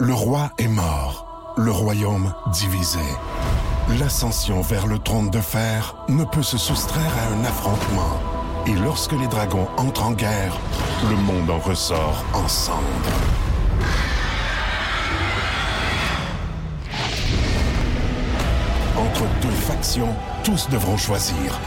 Le roi est mort, le royaume divisé. L'ascension vers le trône de fer ne peut se soustraire à un affrontement. Et lorsque les dragons entrent en guerre, le monde en ressort en cendres. Entre deux factions, tous devront choisir.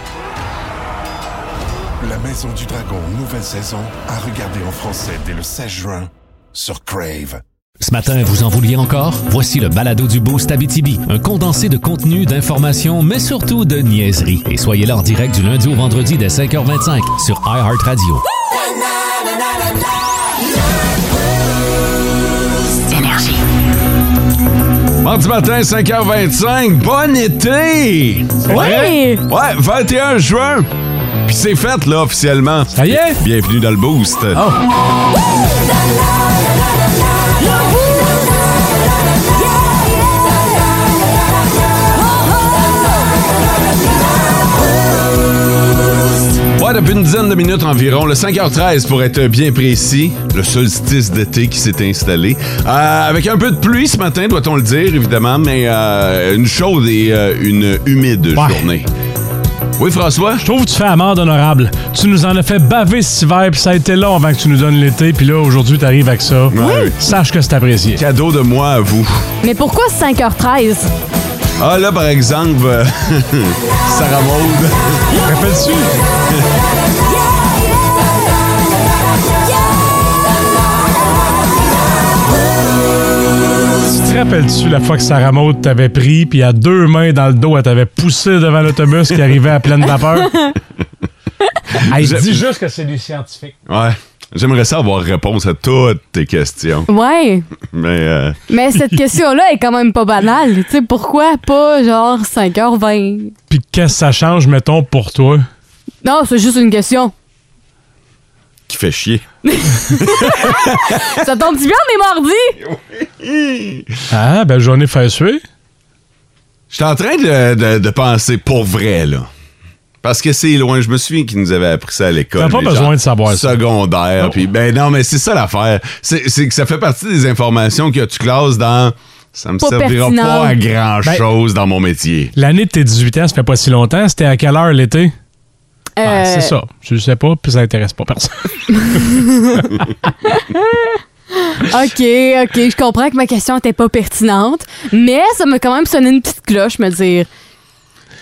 La Maison du Dragon, nouvelle saison, à regarder en français dès le 16 juin sur Crave. Ce matin, vous en vouliez encore? Voici le balado du Boost Abitibi, un condensé de contenu, d'informations, mais surtout de niaiseries. Et soyez là en direct du lundi au vendredi dès 5h25 sur iHeartRadio. Mardi matin, 5h25, bon été! Hein? Ouais! Ouais, 21 juin! Puis c'est fait, là, officiellement. Ça y est? Oh. Bienvenue dans le boost. Ouais, depuis une dizaine de minutes environ, le 5h13 pour être bien précis, le solstice d'été qui s'est installé. Euh, avec un peu de pluie ce matin, doit-on le dire, évidemment, mais euh, une chaude et euh, une humide Ouais. journée. Oui, François? Je trouve que tu fais amende honorable. Tu nous en as fait baver cet hiver, puis ça a été long avant que tu nous donnes l'été, puis là, aujourd'hui, t'arrives avec ça. Oui. Sache que c'est apprécié. Cadeau de moi à vous. Mais pourquoi 5h13? Ah, là, par exemple, euh, Sarah Maud. Rappelles-tu? Tu te rappelles-tu la fois que Sarah Maud t'avait pris, puis à deux mains dans le dos, elle t'avait poussé devant l'autobus qui arrivait à pleine vapeur? Elle Je- dit juste que c'est du scientifique. Ouais. J'aimerais ça avoir réponse à toutes tes questions. Ouais. Mais euh, Mais cette question-là est quand même pas banale. Tu sais, pourquoi pas genre 5h20? Puis qu'est-ce que ça change, mettons, pour toi? Non, c'est juste une question. qui fait chier. Ça tombe bien, mais mardi! Ah, ben journée fait suer. J'étais en train de, de- de penser pour vrai, là. Parce que c'est loin. Je me souviens qu'ils nous avaient appris ça à l'école. T'as pas les besoin gens de savoir ça. Secondaire. Non. Puis, ben non, mais c'est ça l'affaire. C'est c'est que ça fait partie des informations que tu classes dans. Ça me Pas servira pertinent. pas à grand chose Ben- dans mon métier. L'année de tes 18 ans, ça fait pas si longtemps. C'était à quelle heure l'été? Ah, Euh, c'est ça. Je sais pas, puis ça intéresse pas personne. OK, OK, je comprends que ma question était pas pertinente, mais ça m'a quand même sonné une petite cloche, me dire.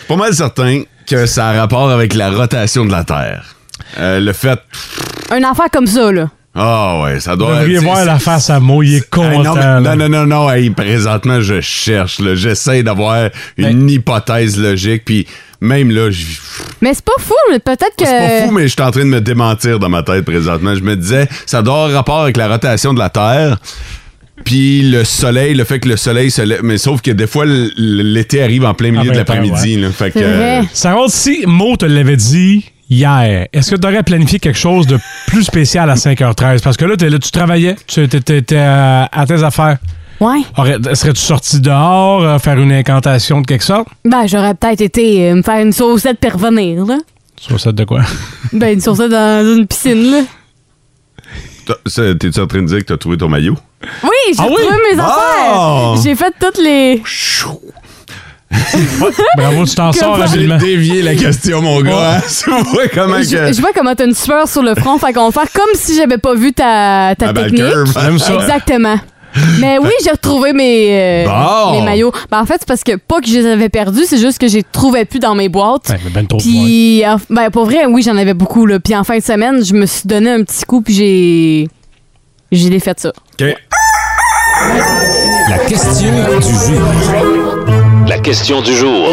Pas mal certain que ça a rapport avec la rotation de la Terre. Euh, le fait. Un affaire comme ça, là. Ah ouais, ça Vous doit devriez c'est- voir la c'est- face à Mo, il est Hey, content. non, mais- là. non, non, non, non, hey, présentement, je cherche, là. j'essaie d'avoir Ben, une hypothèse logique, puis même là, je- Mais c'est pas fou, mais peut-être que. c'est pas fou, mais je suis en train de me démentir dans ma tête présentement. Je me disais, ça doit avoir rapport avec la rotation de la Terre, puis le soleil, le fait que le soleil se lève, mais sauf que des fois, l- l'été arrive en plein milieu En de plein l'après-midi, là. fait que... euh, C'est vrai. Sarah, si Mo te l'avait dit hier, est-ce que tu aurais planifié quelque chose de plus spécial à 5h13? Parce que là, t'es là tu travaillais, tu étais à, à tes affaires. Ouais. Aurais- Serais-tu sorti dehors, euh, faire une incantation de quelque sorte? Ben, j'aurais peut-être été euh, me faire une saucette pour revenir, là. Sur ça de quoi? Ben, une saucette dans une piscine, là. T'as- c'est- T'es-tu en train de dire que t'as trouvé ton maillot? Oui, j'ai Ah oui? trouvé mes Wow! affaires! J'ai fait toutes les. Bravo, tu t'en sors Oh. Comme- habilement. dévié la question, mon gars. hein? Tu vois comment que... Je je vois comment t'as une sueur sur le front, fait qu'on va faire comme si j'avais pas vu ta, ta Ah, ben, le technique. curve. J'aime ça. Exactement. Mais oui, j'ai retrouvé mes, euh, Bon. mes maillots. Ben, en fait, c'est parce que pas que je les avais perdus, c'est juste que je les trouvais plus dans mes boîtes. Ouais, mais ben trop de points. Puis, en- ben, pour vrai, oui, j'en avais beaucoup. Là. Puis en fin de semaine, je me suis donné un petit coup, puis j'ai. J'ai fait ça. Ok. La question du jour. La question du jour.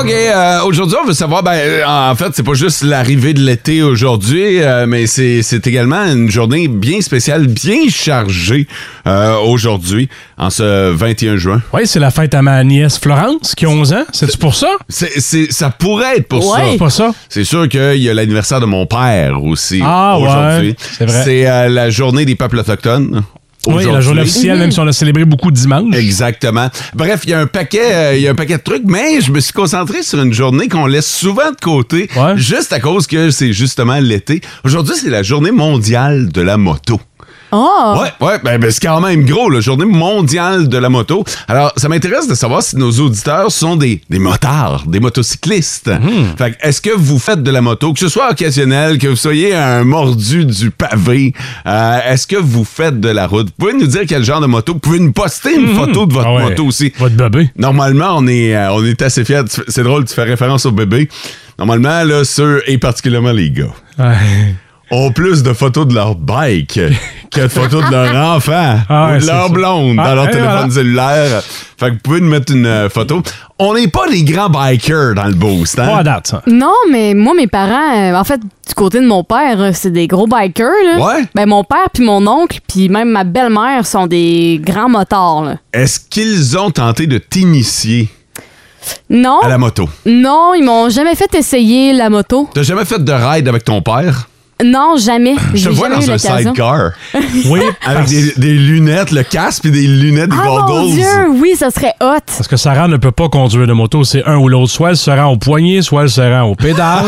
OK, euh, aujourd'hui, on veut savoir, ben, euh, en fait, c'est pas juste l'arrivée de l'été aujourd'hui, euh, mais c'est c'est également une journée bien spéciale, bien chargée euh, aujourd'hui, en ce 21 juin. Oui, c'est la fête à ma nièce Florence, qui a 11 ans. C'est-tu pour ça? C'est- c'est- ça pourrait être pour ça. Ouais. C'est pas ça? C'est sûr qu'il y a l'anniversaire de mon père aussi Ah, ouais, aujourd'hui. c'est vrai. C'est euh, la journée des peuples autochtones. Oui, la aujourd'hui. journée officielle, même si on l'a célébré beaucoup dimanche. Exactement. Bref, il y a un paquet, euh, il y a un paquet de trucs, mais je me suis concentré sur une journée qu'on laisse souvent de côté, Ouais. juste à cause que c'est justement l'été. Aujourd'hui, c'est la journée mondiale de la moto. Oh! Ouais, ouais, ben, ben, c'est quand même gros, la journée mondiale de la moto. Alors, ça m'intéresse de savoir si nos auditeurs sont des, des motards, des motocyclistes. Mhm. Fait que, est-ce que vous faites de la moto, que ce soit occasionnel, que vous soyez un mordu du pavé, euh, est-ce que vous faites de la route? Vous pouvez nous dire quel genre de moto, vous pouvez nous poster une photo de votre Ah ouais. moto aussi. Votre bébé. Normalement, on est, euh, on est assez fiers. Tu fais- C'est drôle, tu fais référence au bébé. Normalement, là, ceux, et particulièrement les gars, Ouais. ont plus de photos de leur bike que de photos de leur enfant Ah ou ouais, de c'est leur ça. blonde dans Ah, leur et téléphone voilà. cellulaire. Fait que vous pouvez nous mettre une euh, photo. On n'est pas des grands bikers dans le boost, Pas à hein? date, ça. Non, mais moi, mes parents, euh, en fait, du côté de mon père, euh, c'est des gros bikers. Là. Ouais. Ben, mon père, puis mon oncle, puis même ma belle-mère sont des grands motards. Là. Est-ce qu'ils ont tenté de t'initier Non, à la moto? non, ils m'ont jamais fait essayer la moto. T'as jamais fait de ride avec ton père? Non, jamais. Je te J'ai vois jamais eu dans un l'occasion. sidecar Oui, avec parce, des, des lunettes, le casque et des lunettes, des Ah mon goggles. Dieu, oui, ça serait hot. parce que Sarah ne peut pas conduire de moto. C'est un ou l'autre. Soit elle se rend au poignet, soit elle se rend au pédale.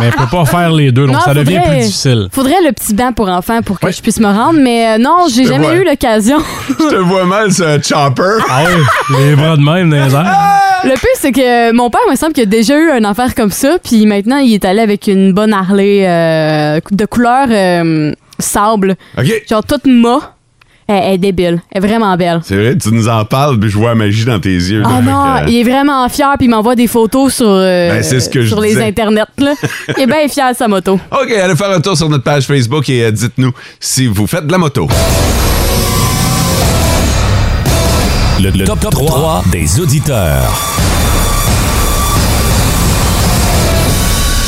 mais elle peut pas faire les deux. Donc, Non, ça devient faudrait- plus difficile. Faudrait le petit banc pour enfants pour que Ouais. je puisse me rendre, mais euh, non, j'ai te jamais vois. eu l'occasion. Je te vois mal, ce chopper. Ah! Ah oui, les bras de même dans les airs. Le pire, c'est que euh, mon père, il me semble qu'il a déjà eu un affaire comme ça, puis maintenant, il est allé avec une bonne Harley euh, de couleur euh, sable, OK. genre toute mât. Elle, elle est débile. Elle est vraiment belle. C'est vrai, tu nous en parles, puis je vois la magie dans tes yeux. là. Ah Fait non, que, euh, il est vraiment fier, puis il m'envoie des photos sur, euh, Ben, c'est ce que je sur les disais. internets. Là. il est bien fier de sa moto. OK, allez faire un tour sur notre page Facebook et euh, dites-nous si vous faites de la moto. Le, le top, 3, des auditeurs.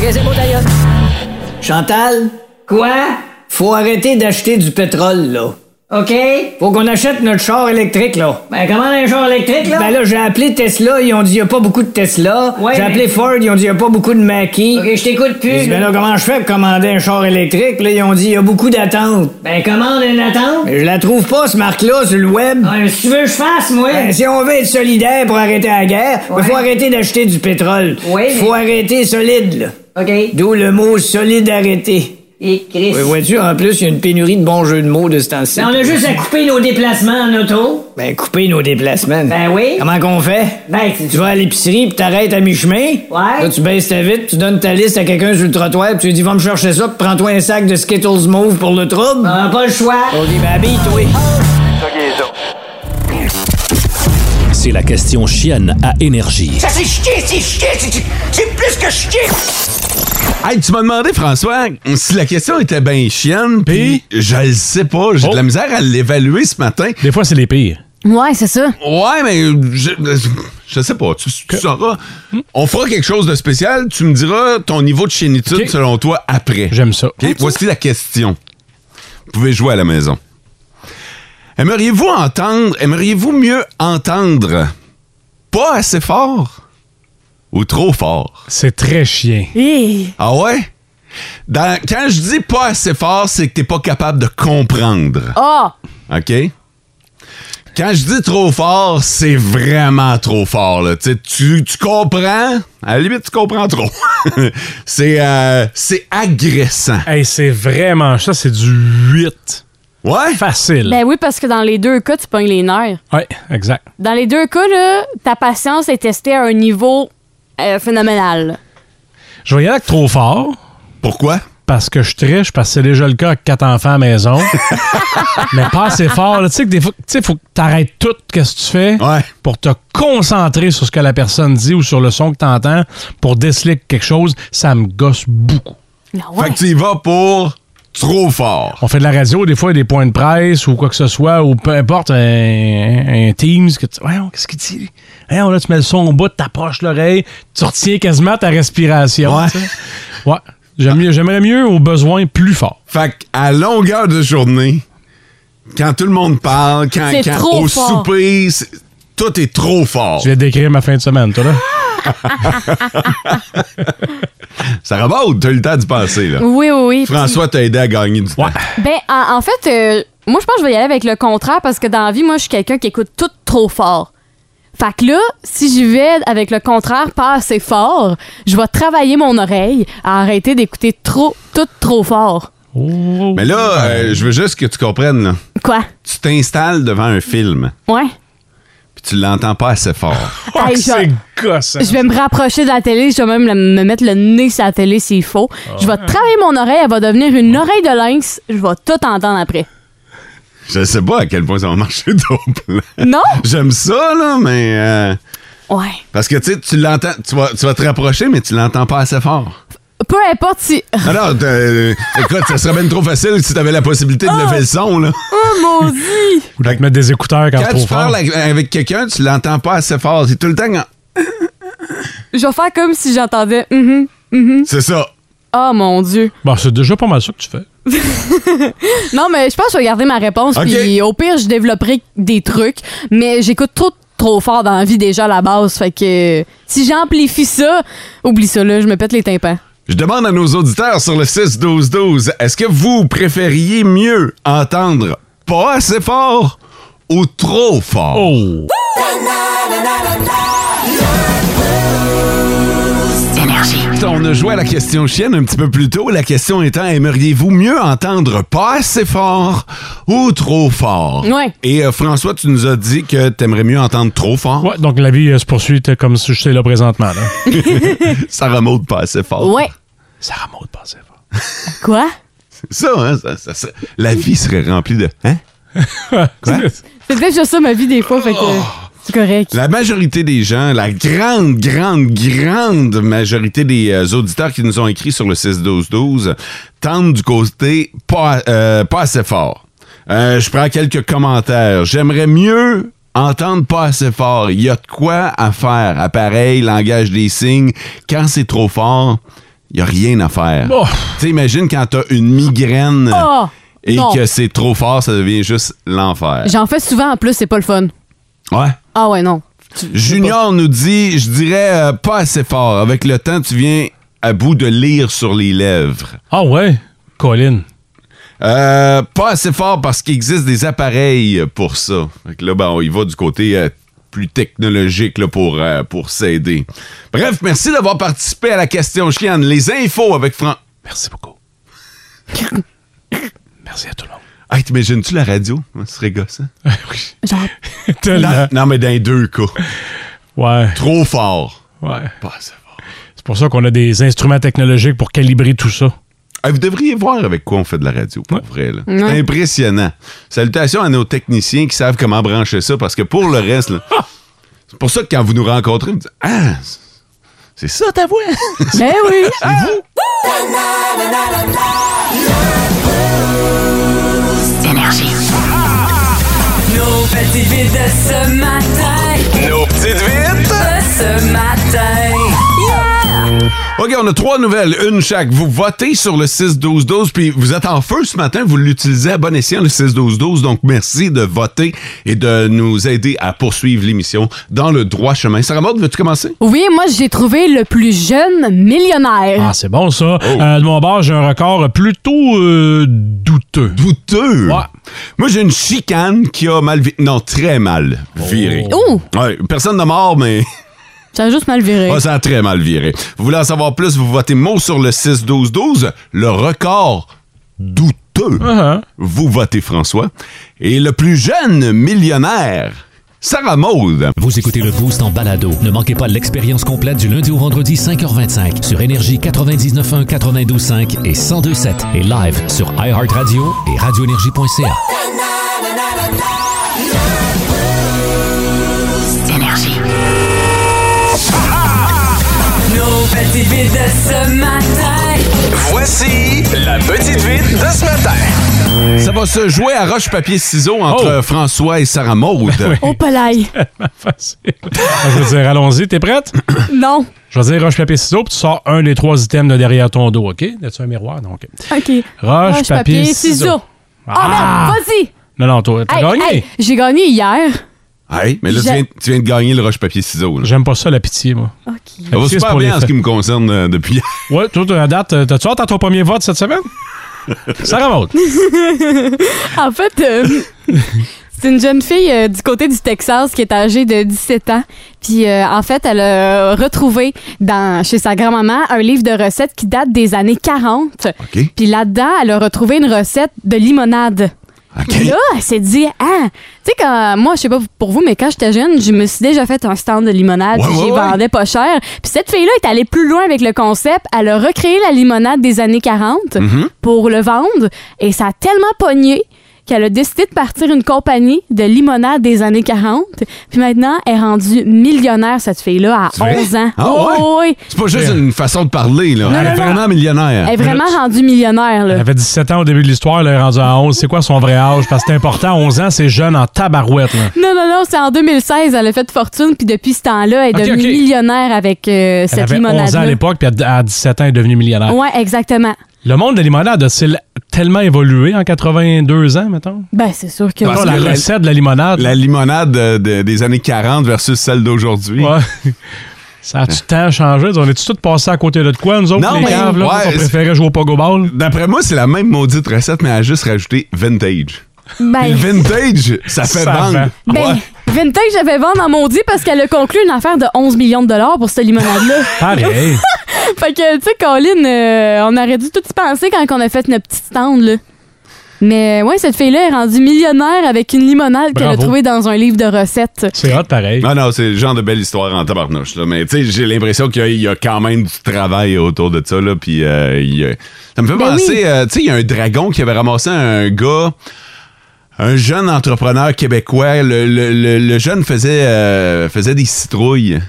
Ben Chantal? Quoi? Faut arrêter d'acheter du pétrole, là. OK. Faut qu'on achète notre char électrique, là. Ben, comment un char électrique, là? Ben là, j'ai appelé Tesla, ils ont dit y a pas beaucoup de Tesla. j'ai appelé Ford, ils ont dit y a pas beaucoup de Mackie. OK, je t'écoute plus. ben là, comment je fais pour commander un char électrique? Là, ils ont dit y a beaucoup d'attentes. Ben, commande une attente. Mais je la trouve pas, ce marque-là, sur le web. si tu veux que je fasse, moi? si on veut être solidaire pour arrêter la guerre, il faut arrêter d'acheter du pétrole. Oui. Faut arrêter solide, là. D'où le mot solidarité. Et Chris. vois-tu, en plus, il y a une pénurie de bons jeux de mots de ce temps-ci. Ben, on a juste à couper nos déplacements en auto. Ben, couper nos déplacements. Ben oui. Comment qu'on fait? Ben, tu vas à l'épicerie puis t'arrêtes à mi-chemin. Ouais. Là, tu baisses ta vitre, tu donnes ta liste à quelqu'un sur le trottoir puis tu lui dis, va me chercher ça puis prends-toi un sac de Skittles Mauve pour le trouble. Ah, pas le choix. On dit, ben, habille-toi. C'est la question chienne à énergie. c'est chier, c'est chier, c'est chier, c'est plus que chier! Hey, tu m'as demandé, François, si la question était bien chienne, puis je le sais pas. J'ai Oh. de la misère à l'évaluer ce matin. Des fois, c'est les pires. Ouais, c'est ça. Ouais, mais je, je sais pas. Tu, tu sauras. On fera quelque chose de spécial. Tu me diras ton niveau de chienitude Ok. selon toi après. J'aime ça. OK, Voici la question. Vous pouvez jouer à la maison. Aimeriez-vous entendre, aimeriez-vous mieux entendre pas assez fort ou trop fort? C'est très chien. Hé! Ah ouais? Dans- quand je dis Oh. Oh. pas assez fort, c'est que t'es pas capable de comprendre. Ah! OK? Quand je dis trop fort, c'est vraiment trop fort. Là. Tu, sais, tu tu comprends? À la limite, tu comprends trop. c'est euh, c'est agressant. Hey, c'est vraiment ça, c'est du 8. Ouais? Facile. Ben oui, parce que dans les deux cas, tu pognes les nerfs. Ouais, exact. Dans les deux cas, là, ta patience est testée à un niveau euh, phénoménal. Je vais y aller avec trop fort. Pourquoi? parce que je triche, parce que c'est déjà le cas avec quatre enfants à la maison. Mais pas assez fort. là. Tu sais que des fois, tu sais, faut que t'arrêtes tout qu'est-ce que tu fais Ouais. pour te concentrer sur ce que la personne dit ou sur le son que t'entends pour déceler quelque chose. Ça me gosse beaucoup. Ah ouais. Fait que tu y vas pour trop fort. On fait de la radio, des fois, il y a des points de presse ou quoi que ce soit, ou peu importe, un, un Teams. Que tu, voyons, qu'est-ce qu'il dit? Voyons, là, tu mets le son au bout, t'approches l'oreille, tu retiens quasiment ta respiration. Ouais. tu sais. Ouais. J'aime mieux- J'aimerais mieux, au besoin, plus fort. Fait qu'à longueur de journée, quand tout le monde parle, quand, C'est quand- trop au fort. souper, c'est- tout est trop fort. Tu viens de décrire ma fin de semaine, toi, là. Ça remonte, t'as eu le temps d'y penser. Là. Oui, oui, oui. François t'a aidé à gagner du temps. Ben, en, en fait, euh, moi, je pense que je vais y aller avec le contraire parce que dans la vie, moi, je suis quelqu'un qui écoute tout trop fort. Fait que là, si j'y vais avec le contraire pas assez fort, je vais travailler mon oreille à arrêter d'écouter trop, tout trop fort. Mais là, euh, je veux juste que tu comprennes. Là. Quoi? Tu t'installes devant un film, Ouais. puis tu l'entends pas assez fort. Oh, Hey, que je- c'est gossant. Je vais me rapprocher de la télé, je vais même le- me mettre le nez sur la télé s'il faut. Je vais travailler mon oreille, elle va devenir une oreille de lynx, je vais tout entendre après. je sais pas à quel point ça va marcher ton plan. Non? J'aime ça, là, mais... euh, Ouais. parce que, tu sais, tu l'entends... Tu vas, tu vas te rapprocher, mais tu l'entends pas assez fort. Peu importe si. Non, non, t'as- euh, écoute, ça serait même trop facile si t'avais la possibilité de lever le son, là. Oh maudit! Ou de te mettre des écouteurs quand, Quand trop tu fort. parles avec, avec quelqu'un, tu l'entends pas assez fort. C'est tout le temps... quand- Je vais faire comme si j'entendais. mhm. C'est ça. Oh mon dieu. Bon, c'est déjà pas mal ça que tu fais. Non, mais je pense que je vais garder ma réponse. Ok. Puis au pire, je développerai des trucs. Mais j'écoute trop, trop fort dans la vie déjà à la base. Fait que si j'amplifie ça, oublie ça là, je me pète les tympans. Je demande à nos auditeurs sur le 6-12-12, est-ce que vous préfériez mieux entendre pas assez fort ou trop fort? Oh! On a joué à la question chienne un petit peu plus tôt. La question étant, aimeriez-vous mieux entendre pas assez fort ou trop fort? Ouais. Et euh, François, tu nous as dit que t'aimerais mieux entendre trop fort. Ouais, donc la vie euh, se poursuit euh, comme si j'étais là présentement. Là. Ça remonte pas assez fort. Ouais. ça remonte pas assez fort. Quoi? Ça, hein? ça- ça- ça- la vie serait remplie de... Hein? Quoi? C'est déjà ça ma vie des fois. Fait que Oh. c'est correct. La majorité des gens, la grande, grande, grande majorité des euh, auditeurs qui nous ont écrit sur le 6-12-12 tentent du côté pas, euh, pas assez fort. Euh, je prends quelques commentaires. J'aimerais mieux entendre pas assez fort. Il y a de quoi à faire. Appareil, langage des signes. Quand c'est trop fort, il y a rien à faire. Oh. Tu sais, imagine quand t'as une migraine Ah, et non. que c'est trop fort, ça devient juste l'enfer. J'en fais souvent en plus, c'est pas le fun. Ouais. Ah ouais, non. Junior nous dit, je dirais euh, pas assez fort. Avec le temps, tu viens à bout de lire sur les lèvres. Ah ouais? Colin. Euh, pas assez fort parce qu'il existe des appareils pour ça. Fait que là, ben, on y va du côté euh, plus technologique là, pour, euh, pour s'aider. Bref, merci d'avoir participé à la question chienne. Les infos avec Fran... Merci beaucoup. Merci à tout le monde. Hey, t'imagines-tu la radio? Ouais, Ce serait gossant. oui. Genre, Tellement. Non, mais dans les deux cas. Ouais, Trop fort. ouais. Pas assez fort. C'est pour ça qu'on a des instruments technologiques pour calibrer tout ça. Hey, vous devriez voir avec quoi on fait de la radio, pour Ouais. vrai. là. Ouais. Impressionnant. Salutations à nos techniciens qui savent comment brancher ça, parce que pour le reste, là, c'est pour ça que quand vous nous rencontrez, vous dites Ah, c'est ça ta voix. ben oui. Nos petites vites de ce matin. Nos petites vites de ce matin. Yeah! OK, on a trois nouvelles, une chaque. Vous votez sur le 6-12-12, puis vous êtes en feu ce matin, vous l'utilisez à bon escient, le 6-12-12. Donc, merci de voter et de nous aider à poursuivre l'émission dans le droit chemin. Sarah Maud, veux-tu commencer? Oui, moi, j'ai trouvé le plus jeune millionnaire. Ah, c'est bon ça. Oh. Euh, de mon bord, j'ai un record plutôt euh, douteux. Douteux? Moi, j'ai une chicane qui a mal... vi- Non, très mal viré. Oh. Ouais, personne de mort, mais... Ça a juste mal viré. Ah, ça a très mal viré. Vous voulez en savoir plus, vous votez mot sur le 6-12-12, le record douteux. Uh-huh. Vous votez François. Et le plus jeune millionnaire, Sarah Maude. Vous écoutez le Boost en balado. Ne manquez pas l'expérience complète du lundi au vendredi 5h25 sur Énergie 99.1, 92.5 et 102.7 et live sur iHeartRadio et radioénergie.ca. Énergie. Nos petites vites de ce matin. Voici la petite vite de ce matin. Ça va se jouer à roche-papier-ciseaux Oh. entre François et Sarah Maude. Oh, polaille. Je veux dire, allons-y, t'es prête? non. Je vais dire roche, papier, ciseaux, puis tu sors un des trois items de derrière ton dos, OK? As-tu un miroir? Non, OK. Ah. OK. Roche, papier, ciseaux. Ah, merde, vas-y. Non, non, toi, t'as Hey, gagné. hey, J'ai gagné hier. Hey, mais là, tu Je- viens, tu viens de gagner le roche-papier-ciseaux. J'aime pas ça, la pitié, moi. Ça va Merci, c'est super pour bien les en ce qui faits. me concerne euh, depuis... Ouais, toi, t'as- à date, euh, t'as-tu hâte à ton premier vote cette semaine? Sarah Maud. en fait, euh, c'est une jeune fille euh, du côté du Texas qui est âgée de 17 ans. Puis, euh, en fait, elle a retrouvé dans, chez sa grand-maman un livre de recettes qui date des années 40. Puis là-dedans, elle a retrouvé une recette de limonade. Puis Là, elle s'est dit, ah, tu sais, quand moi, je sais pas pour vous, mais quand j'étais jeune, je me suis déjà fait un stand de limonade, Ouais, puis ouais, j'y ouais. vendais pas cher. Puis cette fille-là est allée plus loin avec le concept. Elle a recréé la limonade des années 40 Mm-hmm. Mhm. pour le vendre et ça a tellement pogné qu'elle a décidé de partir une compagnie de limonade des années 40. Puis maintenant, elle est rendue millionnaire, cette fille-là, à C'est vrai? 11 ans. Ah Oh, ouais? oui, oui. C'est pas juste une façon de parler, là. Non, Elle est non, non. vraiment millionnaire. Elle est vraiment rendue millionnaire, là. Elle avait 17 ans au début de l'histoire, elle est rendue à 11. C'est quoi son vrai âge? Parce que c'est important, 11 ans, c'est jeune en tabarouette. Là. Non, non, non, c'est en 2016, elle a fait fortune, puis depuis ce temps-là, elle est Ok, devenue ok. millionnaire avec euh, Elle cette avait 11 ans à limonade-là. l'époque, hein? puis à à 17 ans, elle est devenue millionnaire. Ouais, exactement. Le monde de la limonade a-t-il tellement évolué en 82 ans, mettons? Ben, c'est sûr que Parce oui. que la recette de la limonade. La limonade euh, de- des années 40 versus celle d'aujourd'hui. Ça a-tu tant changé? On est-tu tous passés à côté de quoi, nous autres, Non, les mais- caves, là? ouais, on préférait jouer au pogo ball? D'après moi, c'est la même maudite recette, mais elle a juste rajouté vintage. Ben, Et le vintage, ça fait Ça vendre. vend. ben, Ah, Ouais. Vintage, j'avais vendre en maudit parce qu'elle a conclu une affaire de 11 millions de dollars pour cette limonade-là. Pareil. fait que, tu sais, Colin, euh, on aurait dû tout y penser quand on a fait notre petite stand, là. Mais ouais, cette fille-là est rendue millionnaire avec une limonade qu'elle a Bravo. trouvée dans un livre de recettes. C'est hot, pareil. Non, non, c'est le genre de belle histoire en tabarnouche. Là. Mais tu sais, j'ai l'impression qu'il y a- il y, a quand même du travail autour de ça. Là, puis, euh, il y a- Ça me fait Ben penser, oui. euh, tu sais, il y a un dragon qui avait ramassé un gars, un jeune entrepreneur québécois. Le, le- le- le jeune faisait, euh, faisait des citrouilles.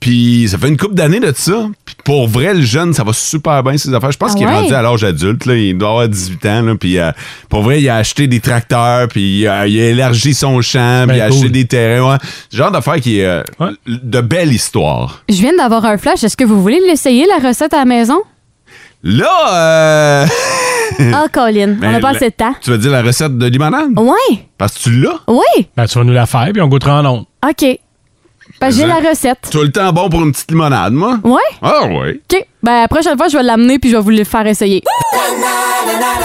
Puis ça fait une couple d'années de ça. Puis pour vrai, le jeune, ça va super bien ses affaires. Je pense Ah qu'il ouais? est rendu à l'âge adulte. Là. Il doit avoir 18 ans. Là. Puis euh, pour vrai, il a acheté des tracteurs. Puis euh, il a élargi son champ. Puis il a Ben, cool. acheté des terrains. Ouais. Ce genre d'affaire qui est euh, de belle histoire. Je viens d'avoir un flash. Est-ce que vous voulez l'essayer, la recette à la maison? Là, euh... Ah, Colin, on Ben, n'a pas la- assez de temps. Tu veux dire la recette de limonade? Ouais, Parce que tu l'as. oui, Ben, tu vas nous la faire, puis on goûtera en ondes. OK. Parce que j'ai la Exact. recette. Tu as le temps bon pour une petite limonade, moi? Ouais? Ah ouais. OK. Ben, la prochaine fois, je vais l'amener puis je vais vous le faire essayer. Ah,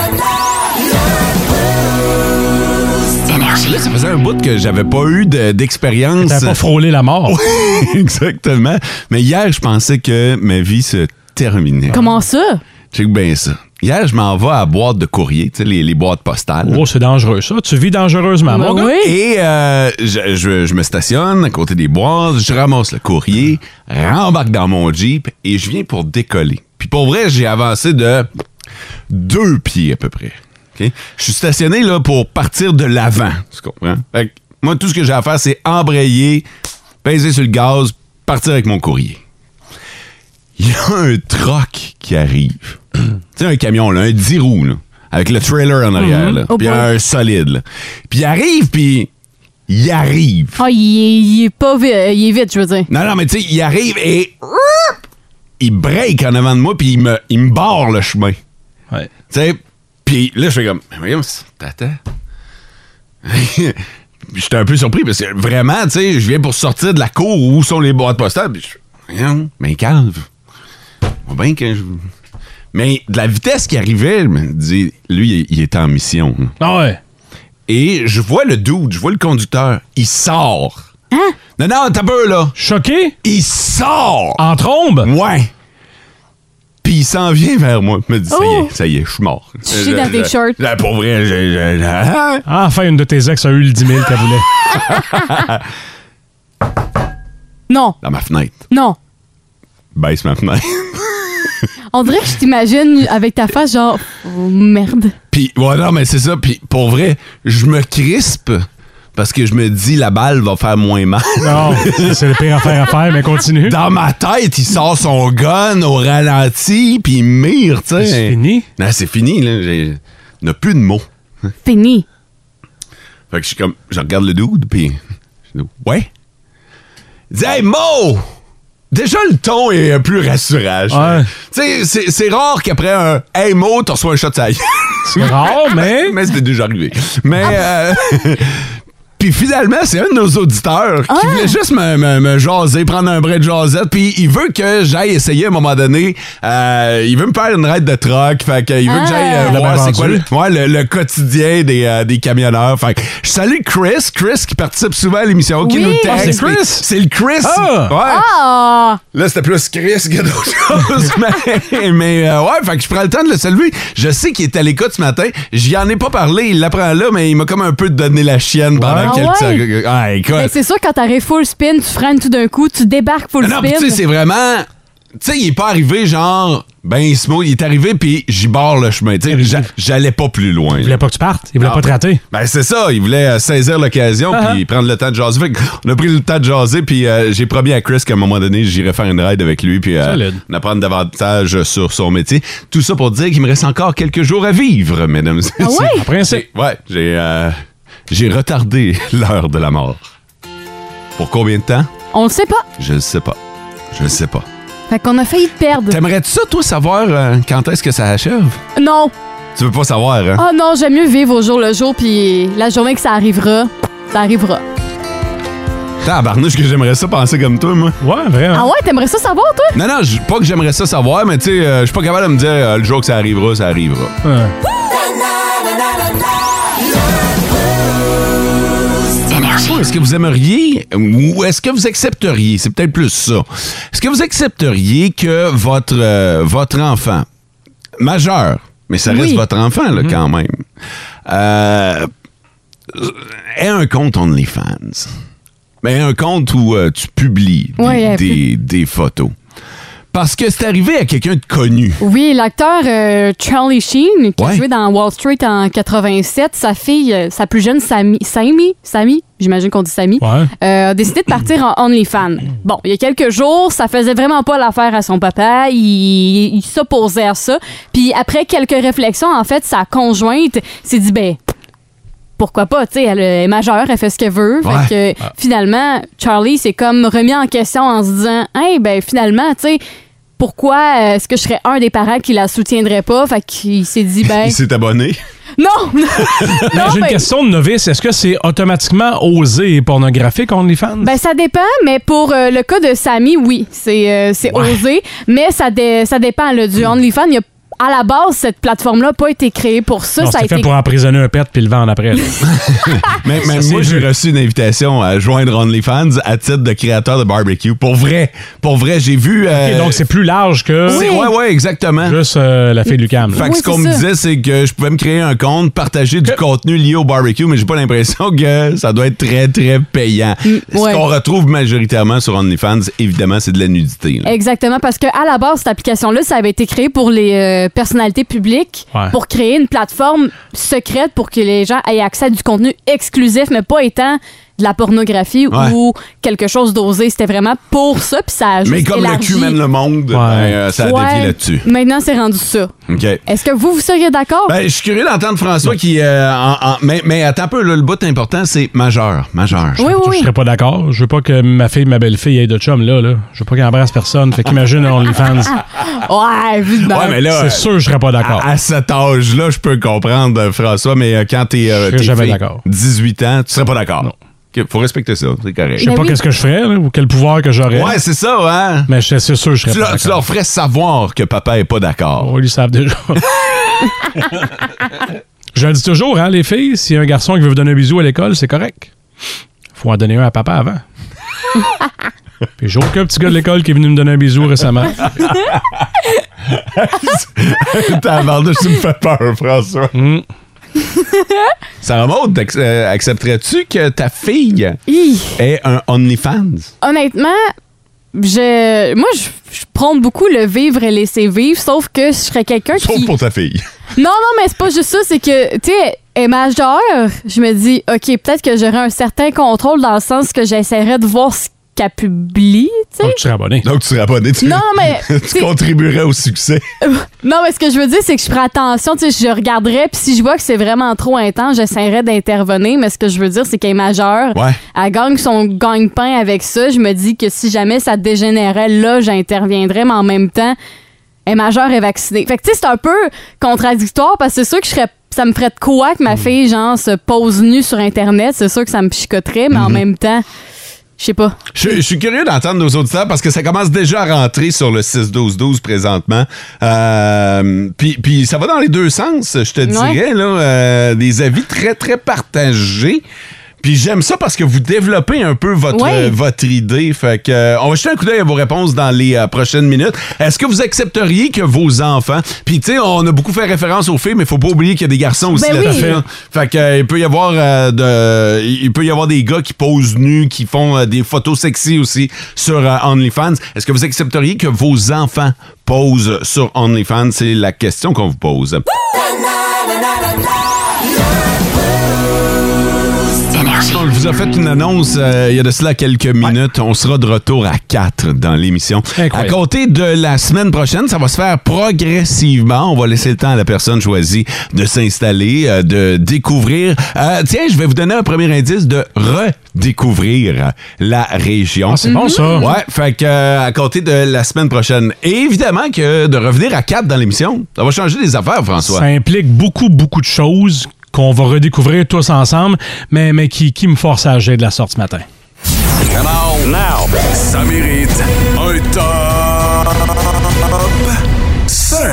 Là, ça faisait un bout que j'avais pas eu de- d'expérience. T'as pas frôlé la mort. Oui, exactement. Mais hier, je pensais que ma vie se terminait. Comment ça? Check bien ça. Hier, je m'en vais à la boîte de courrier, tu sais, les, les boîtes postales. Oh, c'est dangereux, ça. Tu vis Ben dangereusement, mon gars. Et euh, je, je- je me stationne à côté des boîtes, je ramasse le courrier, rembarque dans mon Jeep et je viens pour décoller. Puis pour vrai, j'ai avancé de deux pieds à peu près. OK? Je suis stationné là pour partir de l'avant, tu comprends? Fait que moi, tout ce que j'ai à faire, c'est embrayer, peser sur le gaz, partir avec mon courrier. Il y a un troc qui arrive. tu sais, un camion, là, un 10 roues, là, avec le trailer en arrière, Mhm. là, Oh puis boy. un solide. là. Puis il arrive, puis il arrive. Ah, il est, il est pas euh, vite. Il est vite, je veux dire. Non, non, mais tu sais, il arrive et il break en avant de moi, puis il me, il me barre le chemin. Ouais. Tu sais, puis là, je fais comme, Mais voyons, c'est- t'attends. J'étais un peu surpris, parce que vraiment, tu sais, je viens pour sortir de la cour où sont les boîtes postales, puis je fais, voyons, mais calve. On voit bien que je- Mais de la vitesse qui arrivait, je me dis, lui, il, il était en mission. là. Ah ouais. Et je vois le dude, je vois le conducteur, il sort. Hein? Non, non, t'as peur, là. Choqué? Il sort! En trombe? Ouais. Puis il s'en vient vers moi. Il me dit, ça y Oh! est, ça y est, je suis mort. Tu chies dans Je- tes je- shorts. je- Pour vrai, hein? je- je- je- Hein? Ah, Enfin, une de tes ex a eu le 10 000 qu'elle voulait. Non, Dans ma fenêtre. non. Baisse ma fenêtre. On dirait que je t'imagine avec ta face, genre, oh, merde. Puis, ouais, non, mais c'est ça. Puis, pour vrai, je me crispe parce que je me dis, la balle va faire moins mal. Non, c'est le pire affaire à faire, mais continue. Dans ma tête, il sort son gun au ralenti, puis il mire, tu sais. C'est fini? Non, c'est fini, là. J'ai- On n'a plus de mots. Fini. Fait que je suis comme, je regarde le dude, puis je dis, ouais. Il dit, hey, Mo! Déjà, le ton est plus rassurant. je Ouais. fais. Tu sais, c'est- c'est rare qu'après un Hey, Mo, t'en reçois un shot de sa gueule. C'est rare, mais. mais c'était déjà arrivé. Mais. euh, Puis finalement, c'est un de nos auditeurs qui Ah. voulait juste me, me- me jaser, prendre un brin de jasette. Puis il veut que j'aille essayer à un moment donné. Euh, il veut me faire une raide de troc. Fait qu'il veut Ah. que j'aille euh, Il l'a voir bien c'est quoi vendu. le, ouais, le, le quotidien des, euh, des camionneurs. Fait que je salue Chris. Chris qui participe souvent à l'émission. Qui Oui. nous Ah, texte. c'est Chris? Puis C'est le Chris. Ah. Ouais. Ah! Là, c'était plus Chris que d'autres choses. mais mais, euh, ouais, fait que je prends le temps de le saluer. Je sais qu'il est à l'écoute ce matin. J'y en ai pas parlé. Il l'apprend là, mais il m'a comme un peu donné la chienne pendant Ah quelques ouais? Ah, Fait que écoute. Ben, c'est sûr, quand t'arrives full spin, tu freines tout d'un coup, tu débarques full Non, non, puis spin. tu sais, c'est vraiment. Tu sais, il est pas arrivé genre. Ben, smooth. Il est arrivé, puis j'y barre le chemin. Tu sais, j'a- j'allais pas plus loin. Il voulait pas que tu partes. Il voulait Ah, pas te rater. Ben, c'est ça. Il voulait euh, saisir l'occasion Ah, puis prendre le temps de jaser. Fait que on a pris le temps de jaser, puis euh, j'ai promis à Chris qu'à un moment donné, j'irai faire une ride avec lui, puis euh, Solide. en apprendre davantage sur son métier. Tout ça pour dire qu'il me reste encore quelques jours à vivre, mesdames et Ah ouais? En principe. Ouais, j'ai euh, j'ai retardé l'heure de la mort. Pour combien de temps? On le sait pas. Je ne sais pas. Je ne sais pas. Fait qu'on a failli te perdre. T'aimerais-tu ça, toi, savoir euh, quand est-ce que ça achève? Non. Tu veux pas savoir, hein? Oh non, j'aime mieux vivre au jour le jour, puis la journée que ça arrivera, ça arrivera. Tabarnouche que j'aimerais ça penser comme toi, moi. Ouais, Ah vraiment. ouais, t'aimerais ça savoir, toi? Non, non, j- pas que j'aimerais ça savoir, mais tu sais, euh, je suis pas capable de me dire euh, le jour que ça arrivera, ça arrivera. Ouais. Vous, Est-ce que vous aimeriez ou est-ce que vous accepteriez, c'est peut-être plus ça, est-ce que vous accepteriez que votre, euh, votre enfant, majeur, mais ça reste Oui. votre enfant Mhm. là, quand même, euh, ait un compte OnlyFans? Mais un compte où euh, tu publies des, Ouais, euh, des- des photos. Parce que c'est arrivé à quelqu'un de connu. Oui, l'acteur euh, Charlie Sheen, qui a Ouais. joué dans Wall Street en 87, sa fille, euh, sa plus jeune Sammy, Sammy, Sammy j'imagine qu'on dit Sammy, Ouais. euh, a décidé de partir en OnlyFans. Bon, il y a quelques jours, ça faisait vraiment pas l'affaire à son papa. Il, il s'opposait à ça. Puis après quelques réflexions, en fait, sa conjointe s'est dit, ben, pourquoi pas, tu sais, elle est majeure, elle fait ce qu'elle veut. Fait Ouais. Ah. que, finalement, Charlie s'est comme remis en question en se disant, hey, ben finalement, tu sais, pourquoi euh, est-ce que je serais un des parents qui la soutiendrait pas? Fait qu'il s'est dit, ben, Il s'est abonné. non! Mais Non, j'ai une mais- question de novice. Est-ce que c'est automatiquement osé et pornographique, OnlyFans? Ben, ça dépend, mais pour euh, le cas de Samy, oui, c'est euh, c'est Ouais. Hmm. osé. Mais ça, dé- ça dépend. Là, du OnlyFans, il y a à la base, cette plateforme-là n'a pas été créée pour ça. non, ça a c'était fait été pour emprisonner un pet puis le vendre après. là. Mais, mais Ah, c'est moi, j'ai vu. reçu une invitation à joindre OnlyFans à titre de créateur de barbecue. Pour vrai. Pour vrai, j'ai vu. euh, Ok, donc, c'est plus large que c'est- Ouais, ouais, exactement. juste euh, la fille de Lucam. là. Fait que Oui, ce qu'on c'est me ça. disait, c'est que je pouvais me créer un compte, partager du contenu lié au barbecue, mais j'ai pas l'impression que ça doit être très, très payant. ouais. Ce qu'on retrouve majoritairement sur OnlyFans, évidemment, c'est de la nudité. là. Exactement, parce que à la base, cette application-là, ça avait été créé pour les euh, personnalités publiques, Ouais. pour créer une plateforme secrète pour que les gens aient accès à du contenu exclusif, mais pas étant de la pornographie Ouais. ou quelque chose d'osé. C'était vraiment pour ça, puis ça a juste Mais comme le élargi. cul mène le monde, ben, euh, ça a Ouais, dévié là-dessus. Maintenant, c'est rendu ça. OK. Est-ce que vous, vous seriez d'accord? Ben, je suis curieux d'entendre François qui. euh, en- en- mais, mais attends un peu, là, le bout important, c'est majeur. Majeur. oui, oui, Je oui. serais pas d'accord. Je veux pas que ma fille, ma belle-fille ait de chum, là, là. Je veux pas qu'elle embrasse personne. Fait qu'imagine un OnlyFans. Ouais, vu de même. Ouais, mais là, Ben, C'est sûr, je serais pas d'accord. À, à cet âge-là, je peux comprendre, euh, François, mais euh, quand t'es, euh, Je serais t'es jamais fille, d'accord. 18 ans, tu serais pas d'accord. Non. faut respecter ça, c'est correct. Je sais pas qu'est-ce que je ferais, là, ou quel pouvoir que j'aurais. Ouais, c'est ça, hein? Mais je- c'est sûr, je serais Tu, pas leur, tu d'accord. leur ferais savoir que papa est pas d'accord. Oh, ils le savent déjà. je le dis toujours, hein, les filles, si un garçon qui veut vous donner un bisou à l'école, c'est correct. Faut en donner un à papa avant. Puis j'ai aucun petit gars de l'école qui est venu me donner un bisou récemment. T'as abordé, tu me fais peur, François. Hmm. Sarah Maud, t'ac- euh, accepterais-tu que ta fille Hi. ait un OnlyFans? Honnêtement, je, moi, je, je prône beaucoup le vivre et laisser vivre, sauf que je serais quelqu'un qui. Sauf pour ta fille. Non, non, mais c'est pas juste ça, c'est que, tu sais, elle est majeure, je me dis, OK, peut-être que j'aurais un certain contrôle dans le sens que j'essaierais de voir ce qu'elle publie, tu sais. Donc, tu serais abonné. Donc, tu serais abonné. Tu, Non, mais, tu contribuerais au succès. Non, mais ce que je veux dire, c'est que je ferais attention, tu sais, je regarderais, puis si je vois que c'est vraiment trop intense, j'essaierais d'intervenir, mais ce que je veux dire, c'est qu'elle est majeure, Ouais. elle gagne son gagne-pain avec ça, je me dis que si jamais ça dégénérait, là, j'interviendrais, mais en même temps, elle est majeure et vaccinée. Fait que, tu sais, c'est un peu contradictoire, parce que c'est sûr que je serais ça me ferait de quoi que ma Mm. fille, genre, se pose nue sur Internet. C'est sûr que ça me chicoterait, mais Mm-hmm. en même temps, je sais pas. Je, je suis curieux d'entendre nos auditeurs parce que ça commence déjà à rentrer sur le 6-12-12 présentement. Euh, puis, puis ça va dans les deux sens, je te dirais. Là, euh, des avis très, très partagés. Puis j'aime ça parce que vous développez un peu votre, Ouais. euh, votre idée. Fait que, euh, on va jeter un coup d'œil à vos réponses dans les euh, prochaines minutes. Est-ce que vous accepteriez que vos enfants... Puis tu sais, on a beaucoup fait référence aux filles, mais faut pas oublier qu'il y a des garçons aussi Ben oui. là-dedans. Fait que, euh, il peut y avoir euh, de, il peut y avoir des gars qui posent nus, qui font euh, des photos sexy aussi sur euh, OnlyFans. Est-ce que vous accepteriez que vos enfants posent sur OnlyFans C'est la question qu'on vous pose. On vous a fait une annonce euh, il y a de cela quelques minutes. On sera de retour à 4 dans l'émission. À Incroyable. compter de la semaine prochaine, ça va se faire progressivement. On va laisser le temps à la personne choisie de s'installer, euh, de découvrir. Euh, tiens, je vais vous donner un premier indice de redécouvrir la région. Ah, c'est bon, ça. Ouais, fait que euh, à compter de la semaine prochaine. Et évidemment que de revenir à 4 dans l'émission, ça va changer les affaires, François. Ça implique beaucoup, beaucoup de choses qu'on va redécouvrir tous ensemble, mais, mais qui, qui me force à agir de la sorte ce matin. Come on! Now! Ça mérite un top 5!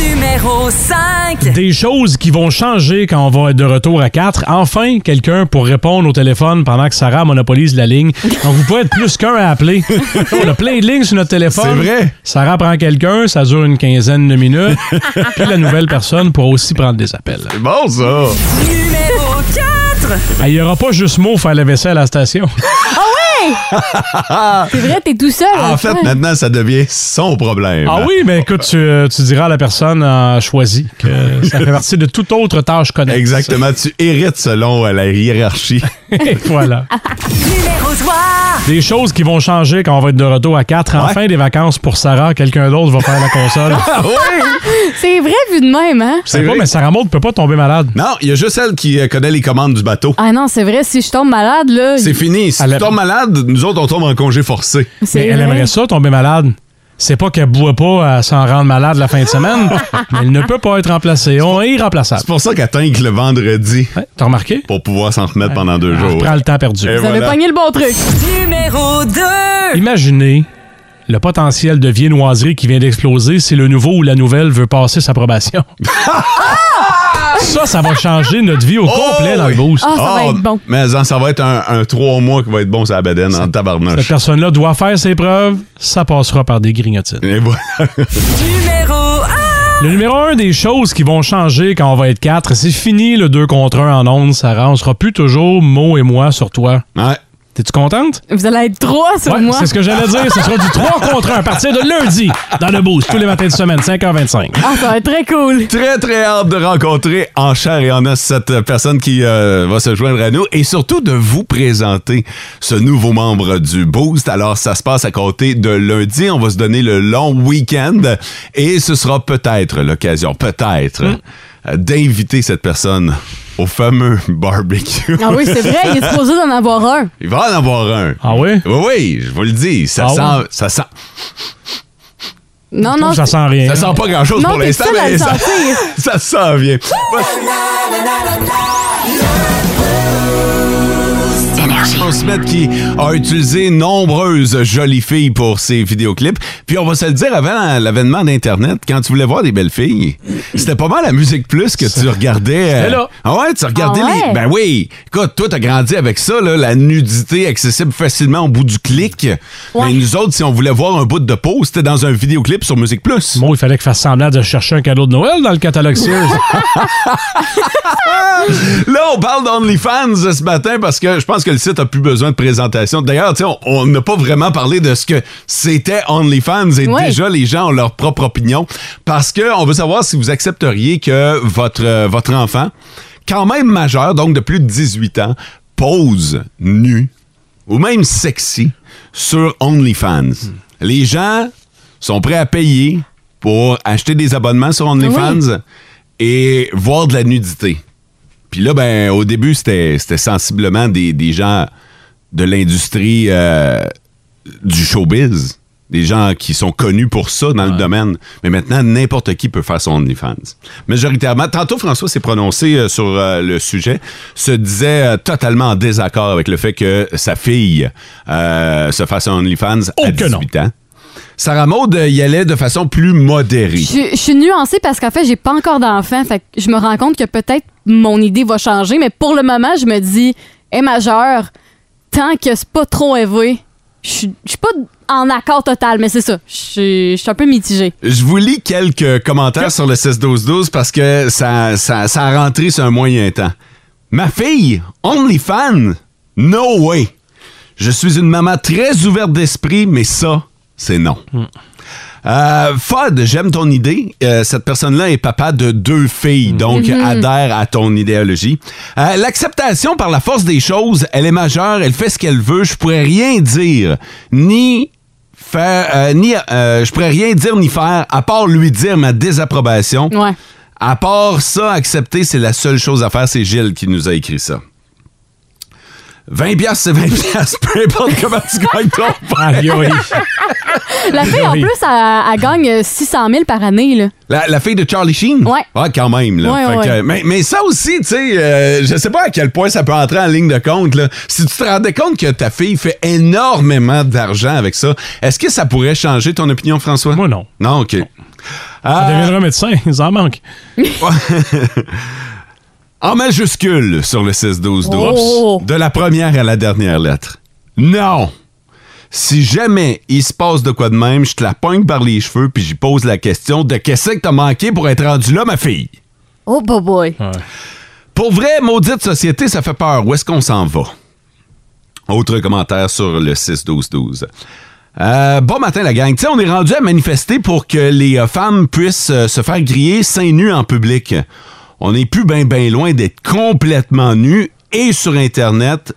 Numéro 5. Des choses qui vont changer quand on va être de retour à 4. Enfin, quelqu'un pour répondre au téléphone pendant que Sarah monopolise la ligne. Donc, vous pouvez être plus qu'un à appeler. On a plein de lignes sur notre téléphone. C'est vrai. Sarah prend quelqu'un, ça dure une quinzaine de minutes. Puis la nouvelle personne pourra aussi prendre des appels. C'est bon, ça. Numéro 4. Ah, Il n'y aura pas juste mot faire la vaisselle à la station. Ah C'est vrai, t'es tout seul. hein, En fait, toi. maintenant, ça devient son problème. Ah oui, mais écoute, tu, euh, tu diras à la personne euh, choisie que ça fait partie de toute autre tâche connexe. Exactement, tu hérites selon euh, la hiérarchie. Et voilà. Numéro 3. Des choses qui vont changer quand on va être de retour à 4. Enfin, des vacances pour Sarah. Quelqu'un d'autre va faire la console. Ah oui! C'est vrai, vu de même, hein? Je sais Ah, pas, vrai. mais Sarah Maud peut pas tomber malade. Non, il y a juste elle qui euh, connaît les commandes du bateau. Ah non, c'est vrai, si je tombe malade, là. C'est fini. Si Elle tu a- tombes malade, nous autres, on tombe en congé forcé. c'est Mais elle vrai. aimerait ça, tomber malade. C'est pas qu'elle boit pas à s'en rendre malade la fin de semaine, mais elle ne peut pas être remplacée. On est irremplaçable. C'est pour ça qu'elle tingue le vendredi Ouais, T'as remarqué? pour pouvoir s'en remettre pendant deux On jours. prend le temps perdu. Et Vous avez voilà. pogné le bon truc. Numéro 2. Imaginez le potentiel de viennoiserie qui vient d'exploser si le nouveau ou la nouvelle veut passer sa probation. ça, ça va changer notre vie au complet dans le Oh oui. boost. Oh Ah, ça va être bon. Mais en- ça va être un, un trois mois qui va être bon sur la bedaine en Cette tabarnouche. personne-là doit faire ses preuves, ça passera par des grignotines. Et voilà. Numéro 1. Le numéro un des choses qui vont changer quand on va être quatre, c'est fini le 2 contre 1 en ondes, Sarah. On sera plus toujours mot et moi sur toi. Ouais. T'es-tu contente? Vous allez être trois sur Ouais, moi. c'est ce que j'allais dire. Ce sera du 3 contre 1 à partir de lundi dans le boost, tous les matins de semaine, 5h25. Ah, ça va être très cool. Très, très hâte de rencontrer en chair et en os cette euh, personne qui euh, va se joindre à nous et surtout de vous présenter ce nouveau membre du Boost. Alors, ça se passe à côté de lundi. On va se donner le long week-end et ce sera peut-être l'occasion, peut-être, Hmm. euh, d'inviter cette personne au fameux barbecue. Ah oui, c'est vrai, il est supposé d'en avoir un. Il va en avoir un. Ah oui? Oui, oui, je vous le dis. Ça Ah sent. ouais? Ça sent. Non, non. sent rien. Ça sent pas grand chose Non, pour t'es l'instant, seul à mais le ça, sentir. ça sent bien. On se mettre qui a utilisé nombreuses jolies filles pour ses vidéoclips. Puis on va se le dire avant l'avènement d'Internet, quand tu voulais voir des belles filles, c'était pas mal la musique plus que tu regardais. euh, C'était là. Ah ouais, tu regardais Ah ouais? les. Ben oui. Écoute, toi, t'as grandi avec ça, là, la nudité accessible facilement au bout du clic. Mais nous autres, si on voulait voir un bout de peau, c'était dans un vidéoclip sur Musique Plus. Moi, il fallait que fasse semblant de chercher un cadeau de Noël dans le catalogue Sears. Là, on parle d'OnlyFans euh, ce matin parce que je pense que le site a plus besoin de présentation. D'ailleurs, tu sais, on- on n'a pas vraiment parlé de ce que c'était OnlyFans et Ouais. déjà les gens ont leur propre opinion parce que on veut savoir si vous accepteriez que votre, euh, votre enfant, quand même majeur, donc de plus de 18 ans, pose nu ou même sexy sur OnlyFans. Les gens sont prêts à payer pour acheter des abonnements sur OnlyFans et voir de la nudité. Puis là, ben, au début, c'était c'était sensiblement des, des gens de l'industrie euh, du showbiz. Des gens qui sont connus pour ça dans le domaine. Mais maintenant, n'importe qui peut faire son OnlyFans. Majoritairement, tantôt François s'est prononcé euh, sur euh, le sujet, se disait euh, totalement en désaccord avec le fait que sa fille euh, se fasse un OnlyFans à 18 ans. Sarah Maud euh, y allait de façon plus modérée. Je, je suis nuancée parce qu'en fait, j'ai pas encore d'enfant. Fait que je me rends compte que peut-être mon idée va changer, mais pour le moment, je me dis, hé majeur, tant que c'est pas trop élevé, je suis je suis pas en accord total, mais c'est ça. Je suis- je suis un peu mitigée. Je vous lis quelques commentaires sur le 16-12-12 parce que ça, ça, ça a rentré sur un moyen temps. Ma fille, OnlyFans, no way. Je suis une maman très ouverte d'esprit, mais ça, c'est non. Euh, Fod, j'aime ton idée. Euh, cette personne-là est papa de deux filles, donc Mhm. adhère à ton idéologie. Euh, L'acceptation par la force des choses, elle est majeure, elle fait ce qu'elle veut. Je pourrais rien dire, ni faire, euh, ni euh, je pourrais rien dire ni faire, à part lui dire ma désapprobation. À part ça, accepter, c'est la seule chose à faire. C'est Gilles qui nous a écrit ça. 20 piastres, c'est 20 piastres, peu importe comment tu gagnes ton pain. La fille, en Oui. plus, elle, elle gagne 600 000 par année. Là. La, la fille de Charlie Sheen? Ouais. Ah, quand même. Là. Ouais, Fait ouais, que, ouais. mais, mais ça aussi, tu sais, euh, je sais pas à quel point ça peut entrer en ligne de compte. Là. Si tu te rendais compte que ta fille fait énormément d'argent avec ça, est-ce que ça pourrait changer ton opinion, François? Moi, non. Non, OK. Ça Ah. deviendra médecin, ils en manquent. En majuscule sur le 6-12-12. Oh. De la première à la dernière lettre. Non! Si jamais il se passe de quoi de même, je te la pogne par les cheveux puis j'y pose la question de qu'est-ce que t'as manqué pour être rendu là, ma fille? Oh, boy, boy. Pour vrai, maudite société, ça fait peur. Où est-ce qu'on s'en va? Autre commentaire sur le 6-12-12. Euh, bon matin, la gang. Tu sais, on est rendu à manifester pour que les euh, femmes puissent euh, se faire griller seins nus en public. On n'est plus bien ben loin d'être complètement nus et sur Internet.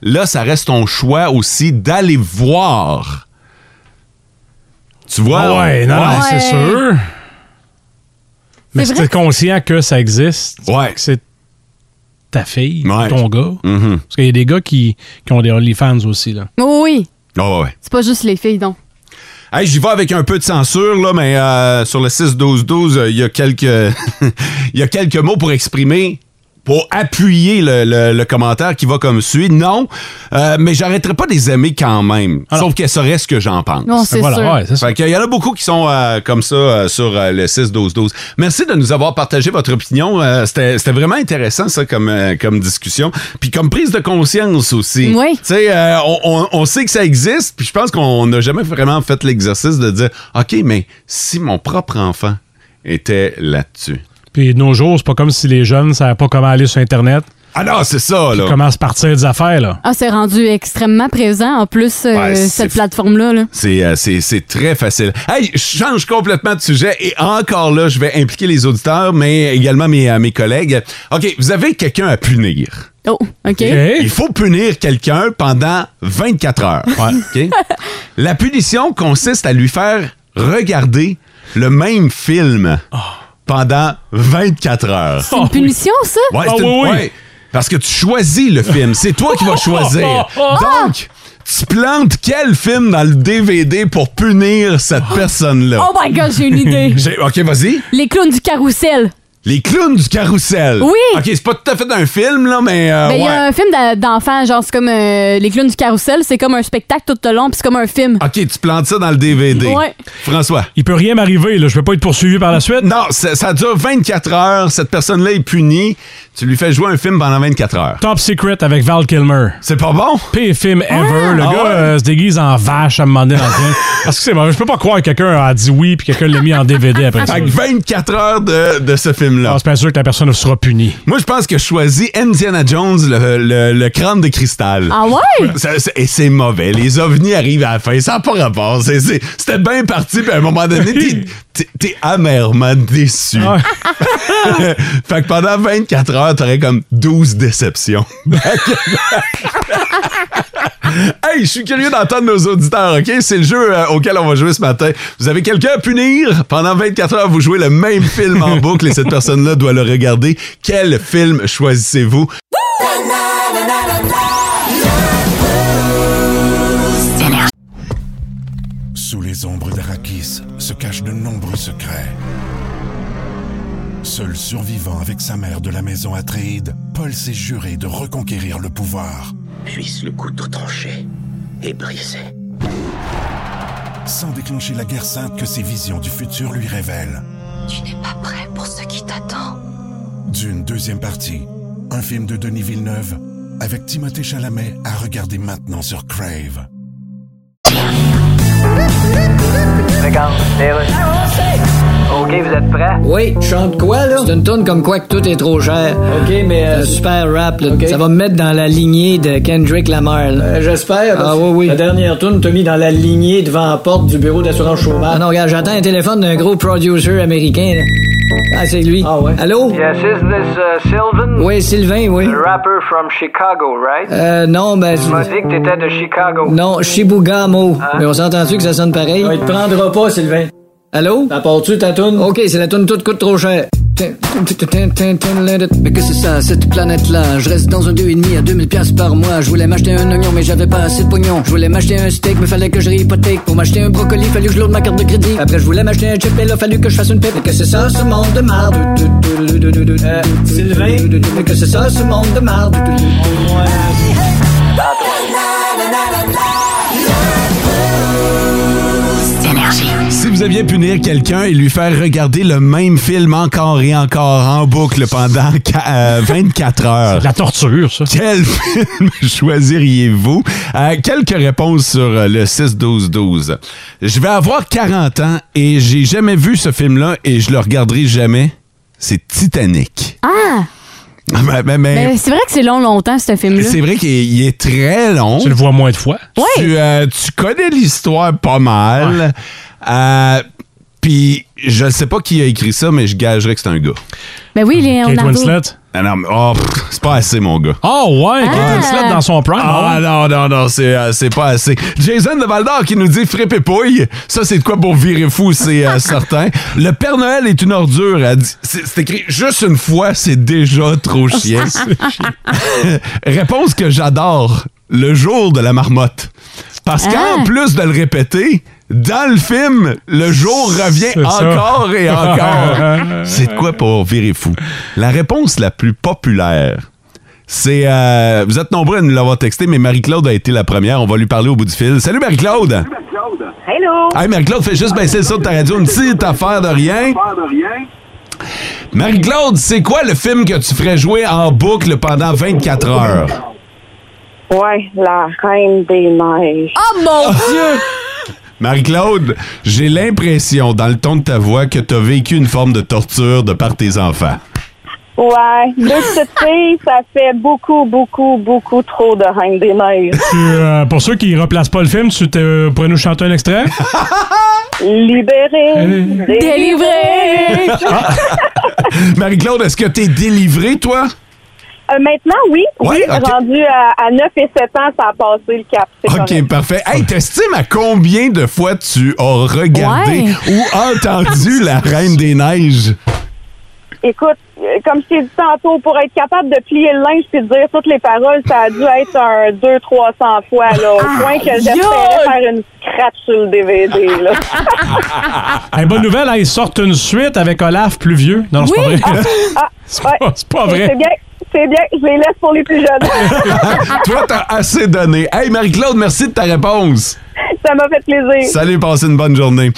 Là, ça reste ton choix aussi d'aller voir. Tu vois? Ah ouais, non, non, Ouais. c'est sûr. Mais C'est si vrai t'es conscient que ça existe, que c'est ta fille, ton gars. Mm-hmm. Parce qu'il y a des gars qui, qui ont des OnlyFans aussi. Là. Oh, oui, Oh, ouais. c'est pas juste les filles, donc. Hey, j'y vais avec un peu de censure, là, mais euh, sur le 6-12-12, euh, il y a quelques il y a quelques mots pour exprimer, pour appuyer le, le- le commentaire qui va comme suit. Non, euh, mais j'arrêterai pas de les aimer quand même. sauf qu'elle saurait ce que j'en pense. Non, c'est Ben Voilà, sûr. ouais, Fait qu'il y en a beaucoup qui sont euh, comme ça euh, sur euh, le 6-12-12. Merci de nous avoir partagé votre opinion. Euh, C'était c'était vraiment intéressant, ça, comme, euh, comme discussion. Puis comme prise de conscience aussi. Oui. Tu sais, euh, on, on- on sait que ça existe, puis je pense qu'on n'a jamais vraiment fait l'exercice de dire OK, mais si mon propre enfant était là-dessus. Puis de nos jours, c'est pas comme si les jeunes ne savaient pas comment aller sur Internet. Ah non, c'est ça, là. Comment se partir des affaires, là? Ah, c'est rendu extrêmement présent, en plus, euh, Ouais, c'est cette f- plateforme-là. là. C'est, euh, c'est, c'est très facile. Hey, je change complètement de sujet et encore là, je vais impliquer les auditeurs, mais également mes, euh, mes collègues. OK, vous avez quelqu'un à punir. Oh, OK. Il faut punir quelqu'un pendant 24 heures. OK? La punition consiste à lui faire regarder le même film pendant 24 heures. C'est une punition, ça? Ouais, c'est une- ouais, parce que tu choisis le film. C'est toi qui vas choisir. Donc, tu plantes quel film dans le DVD pour punir cette personne-là? Oh my God, j'ai une idée. J'ai- OK, vas-y. Les clowns du carrousel. Les clowns du carrousel. Oui. OK, c'est pas tout à fait un film, là, mais... euh, Ben, il y a ouais. un film d'a- d'enfant, genre, c'est comme euh, Les clowns du carrousel, c'est comme un spectacle tout le long, puis c'est comme un film. OK, tu plantes ça dans le DVD. Ouais. François. Il peut rien m'arriver, là. Je peux pas être poursuivi par la suite. Non, ça, ça dure 24 heures. Cette personne-là est punie. Tu lui fais jouer un film pendant 24 heures. Top Secret avec Val Kilmer. C'est pas bon? Pire film ever. Le Ah gars ouais? euh, se déguise en vache à me demander dans le film. Parce que c'est bon, je peux pas croire que quelqu'un a dit oui puis quelqu'un l'a mis en DVD après ça. Fait que 24 heures de, de ce film-là. Je suis pas Ah, sûr que la personne sera punie. Moi, je pense que je choisis Indiana Jones, le, le- le crâne de cristal. Ah ouais? Ça- ça- et c'est mauvais. Les ovnis arrivent à la fin. Ça n'a pas rapport. C'est- c'est- C'était bien parti, puis à un moment donné, t'es- t'es- t'es amèrement déçu. fait que pendant 24 heures, t'aurais comme 12 déceptions. hey, je suis curieux d'entendre nos auditeurs, OK? C'est le jeu euh, auquel on va jouer ce matin. Vous avez quelqu'un à punir? Pendant 24 heures, vous jouez le même film en boucle et cette personne-là doit le regarder. Quel film choisissez-vous? Sous les ombres d'Arakis se cachent de nombreux secrets. Seul survivant avec sa mère de la maison Atréide, Paul s'est juré de reconquérir le pouvoir. Puisse le couteau tranché et brisé. sans déclencher la guerre sainte que ses visions du futur lui révèlent. Tu n'es pas prêt pour ce qui t'attend. D'une deuxième partie, un film de Denis Villeneuve avec Timothée Chalamet à regarder maintenant sur Crave. Eh OK, vous êtes prêts? Oui, je chante quoi, là? C'est une tourne comme quoi que tout est trop cher. OK, mais... euh, un super rap, là. Ça va me mettre dans la lignée de Kendrick Lamar, J'espère. Ah oui, oui. La dernière tourne t'a mis dans la lignée devant la porte du bureau d'assurance chômage. Ah non, regarde, j'entends un téléphone d'un gros producer américain, là. Ah, c'est lui. Ah ouais. Allô? Yes, is this uh, Sylvan? Oui, Sylvain, oui. The rapper from Chicago, right? Euh, non, ben... Tu m'as dit que t'étais de Chicago. Non, Shibugamo. Mais on s'entend-tu que ça sonne pareil? On Ah. te prendra pas, Sylvain. Allô? T'apportes-tu ta toune? OK, c'est la toune toute coûte trop cher. Mais que c'est ça, cette planète-là? Je reste dans un deux et demi à 2000 pièces par mois. Je voulais m'acheter un oignon, mais j'avais pas assez de pognon. Je voulais m'acheter un steak, mais fallait que je réhypothèque. Pour m'acheter un brocoli, fallu que je lourde ma carte de crédit. Après, je voulais m'acheter un chip, mais là, fallu que je fasse une pipe. Mais que c'est ça, ce monde de marde? Euh, Sylvain? Mais que c'est ça, ce monde de marde? Si vous aviez punir quelqu'un et lui faire regarder le même film encore et encore en boucle pendant qua- euh, 24 heures. La torture, ça. Quel film choisiriez-vous? Euh, quelques réponses sur euh, le 6-12-12. Je vais avoir 40 ans et j'ai jamais vu ce film-là et je le regarderai jamais. C'est Titanic. Ah! Mais- mais- mais- Ben, c'est vrai que c'est long, longtemps, ce film-là. c'est vrai qu'il il est très long. Tu le vois moins de fois. Tu, euh, tu connais l'histoire pas mal. Euh, Puis, je ne sais pas qui a écrit ça, mais je gagerais que c'est un gars. Ben oui, Kate Leonardo. Winslet. Ah non, mais oh, pff, c'est pas assez, mon gars. Oh, ouais, Kate Ah. Winslet dans son prime. hein? Ah ouais. non, non, non, c'est, euh, c'est pas assez. Jason de Valdor qui nous dit frippe et pouille. Ça, c'est de quoi pour virer fou, c'est euh, certain. Le Père Noël est une ordure. elle dit- C'est, c'est écrit juste une fois, c'est déjà trop chiant. Réponse que j'adore. Le jour de la marmotte. Parce qu'en Ah. plus de le répéter, dans le film, le jour revient C'est ça. encore et encore. c'est de quoi pour virer fou. La réponse la plus populaire, c'est. euh, vous êtes nombreux à nous l'avoir texté, mais Marie-Claude a été la première. On va lui parler au bout du fil. Salut Marie-Claude! Hello! Hey Marie-Claude, fais juste baisser le son de ta radio. Une petite affaire de rien. Marie-Claude, c'est quoi le film que tu ferais jouer en boucle pendant 24 heures? Ouais, la reine des neiges. Oh Ah! mon Dieu! Marie-Claude, j'ai l'impression, dans le ton de ta voix, que tu as vécu une forme de torture de par tes enfants. Ouais, deux petites filles, ça fait beaucoup, beaucoup, beaucoup trop de reine des neiges. Tu, euh, pour ceux qui replacent pas le film, tu te- euh, pourrais nous chanter un extrait? Libéré, Allez. délivré. Ah! Marie-Claude, est-ce que t'es délivrée, toi? Euh, maintenant, oui, Ouais, oui, ok. rendu à, à 9 et 7 ans, ça a passé le cap. c'est correct. OK, parfait. Hey, t'estimes à combien de fois tu as regardé Ouais. ou entendu La Reine des Neiges? Écoute, euh, comme je t'ai dit tantôt, pour être capable de plier le linge puis de dire toutes les paroles, ça a dû être un 200-300 fois, là, Ah, au point que j'espérais faire une scratch sur le DVD. Là. Hey, bonne nouvelle, là, ils sortent une suite avec Olaf plus vieux. Non, non, c'est Oui. pas vrai. Ah, C'est pas- c'est pas vrai. C'est bien, c'est bien, je les laisse pour les plus jeunes. Toi, t'as assez donné. Hey, Marie-Claude, merci de ta réponse. ça m'a fait plaisir. Salut, passez une bonne journée.